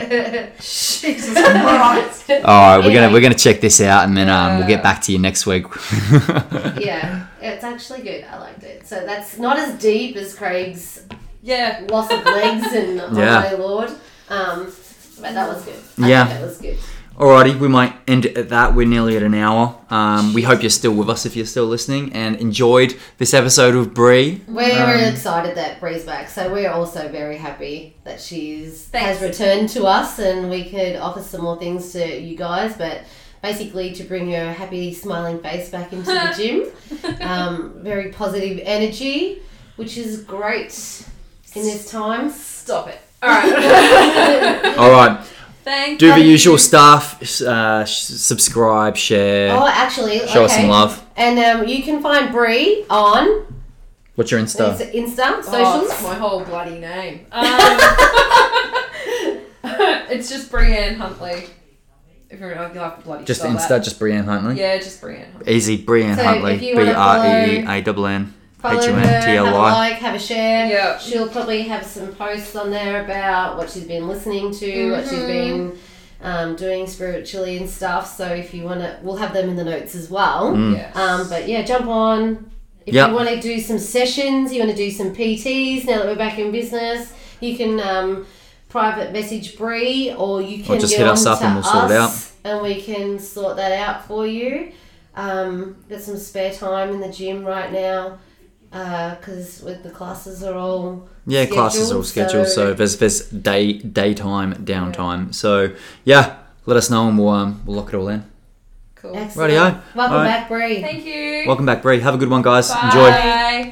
[SPEAKER 4] Jesus Christ.
[SPEAKER 1] All right, we're gonna
[SPEAKER 2] Anyway.
[SPEAKER 1] we're gonna check this out, and then um, we'll
[SPEAKER 3] Yeah.
[SPEAKER 1] get back to you next week. [laughs]
[SPEAKER 2] yeah, it's actually good. I liked it. So that's not as deep as Craig's
[SPEAKER 3] [laughs] Yeah.
[SPEAKER 2] loss of legs
[SPEAKER 1] [laughs]
[SPEAKER 2] and oh
[SPEAKER 1] Yeah.
[SPEAKER 2] my lord. Um, but that was good. I
[SPEAKER 1] Yeah.
[SPEAKER 2] think that was good.
[SPEAKER 1] Alrighty, we might end it at that. We're nearly at an hour. Um, we hope you're still with us if you're still listening and enjoyed this episode of Bree.
[SPEAKER 2] We're
[SPEAKER 1] Um,
[SPEAKER 2] excited that Bree's back, so we're also very happy that she's
[SPEAKER 3] Thanks.
[SPEAKER 2] has returned to us, and we could offer some more things to you guys. But basically, to bring her happy, smiling face back into the gym, um, very positive energy, which is great in this time.
[SPEAKER 3] Stop it.
[SPEAKER 2] [laughs]
[SPEAKER 1] Oh,
[SPEAKER 3] Alright. [laughs]
[SPEAKER 1] Alright,
[SPEAKER 3] Thank
[SPEAKER 1] do the
[SPEAKER 3] you. Oh,
[SPEAKER 1] usual stuff. Uh, sh- subscribe, share,
[SPEAKER 2] Oh, actually,
[SPEAKER 1] show us
[SPEAKER 2] okay.
[SPEAKER 1] some love.
[SPEAKER 2] And um, you can find Bree on
[SPEAKER 1] What's your
[SPEAKER 2] Insta,
[SPEAKER 1] Insta?
[SPEAKER 2] Insta
[SPEAKER 3] Oh, it's
[SPEAKER 2] socials.
[SPEAKER 3] my whole bloody name. Um, [laughs] it's just Brianne Huntley. If you're you'll have to bloody
[SPEAKER 1] Just
[SPEAKER 3] spell
[SPEAKER 1] Insta,
[SPEAKER 3] that.
[SPEAKER 1] just Brianne Huntley.
[SPEAKER 3] Yeah, just Brianne. Huntley.
[SPEAKER 1] Easy, Brianne
[SPEAKER 2] So if
[SPEAKER 1] Huntley.
[SPEAKER 2] you
[SPEAKER 1] B
[SPEAKER 2] wanna
[SPEAKER 1] R E E A N N.
[SPEAKER 2] Follow her, have a
[SPEAKER 1] H-U-N-T-L-Y.
[SPEAKER 2] like, have a share.
[SPEAKER 3] Yeah.
[SPEAKER 2] She'll probably have some posts on there about what she's been listening to, what she's
[SPEAKER 3] Mhm.
[SPEAKER 2] been um, doing spiritually and stuff. So if you want to, we'll have them in the notes as well.
[SPEAKER 1] Mm.
[SPEAKER 3] Yes.
[SPEAKER 2] Um, but yeah, jump on. If
[SPEAKER 1] Yeah.
[SPEAKER 2] you want to do some sessions, you want to do some PTs now that we're back in business, you can um, private message Bree or you can
[SPEAKER 1] just
[SPEAKER 2] get
[SPEAKER 1] hit us
[SPEAKER 2] on
[SPEAKER 1] up
[SPEAKER 2] to
[SPEAKER 1] and we'll sort it
[SPEAKER 2] us And we can sort that out for you. Um, got some spare time in the gym right now because with the classes are all
[SPEAKER 1] Yeah, classes are all scheduled,
[SPEAKER 2] scheduled,
[SPEAKER 1] so,
[SPEAKER 2] so-
[SPEAKER 1] there's there's day daytime downtime. So yeah, let us know and we'll um, we'll lock it all in.
[SPEAKER 3] cool.
[SPEAKER 2] excellent.
[SPEAKER 1] Rightio.
[SPEAKER 2] Welcome
[SPEAKER 1] Alright.
[SPEAKER 2] back, Bree.
[SPEAKER 3] Thank you.
[SPEAKER 1] Welcome back, Bree. Have a good one, guys.
[SPEAKER 3] Bye.
[SPEAKER 1] Enjoy.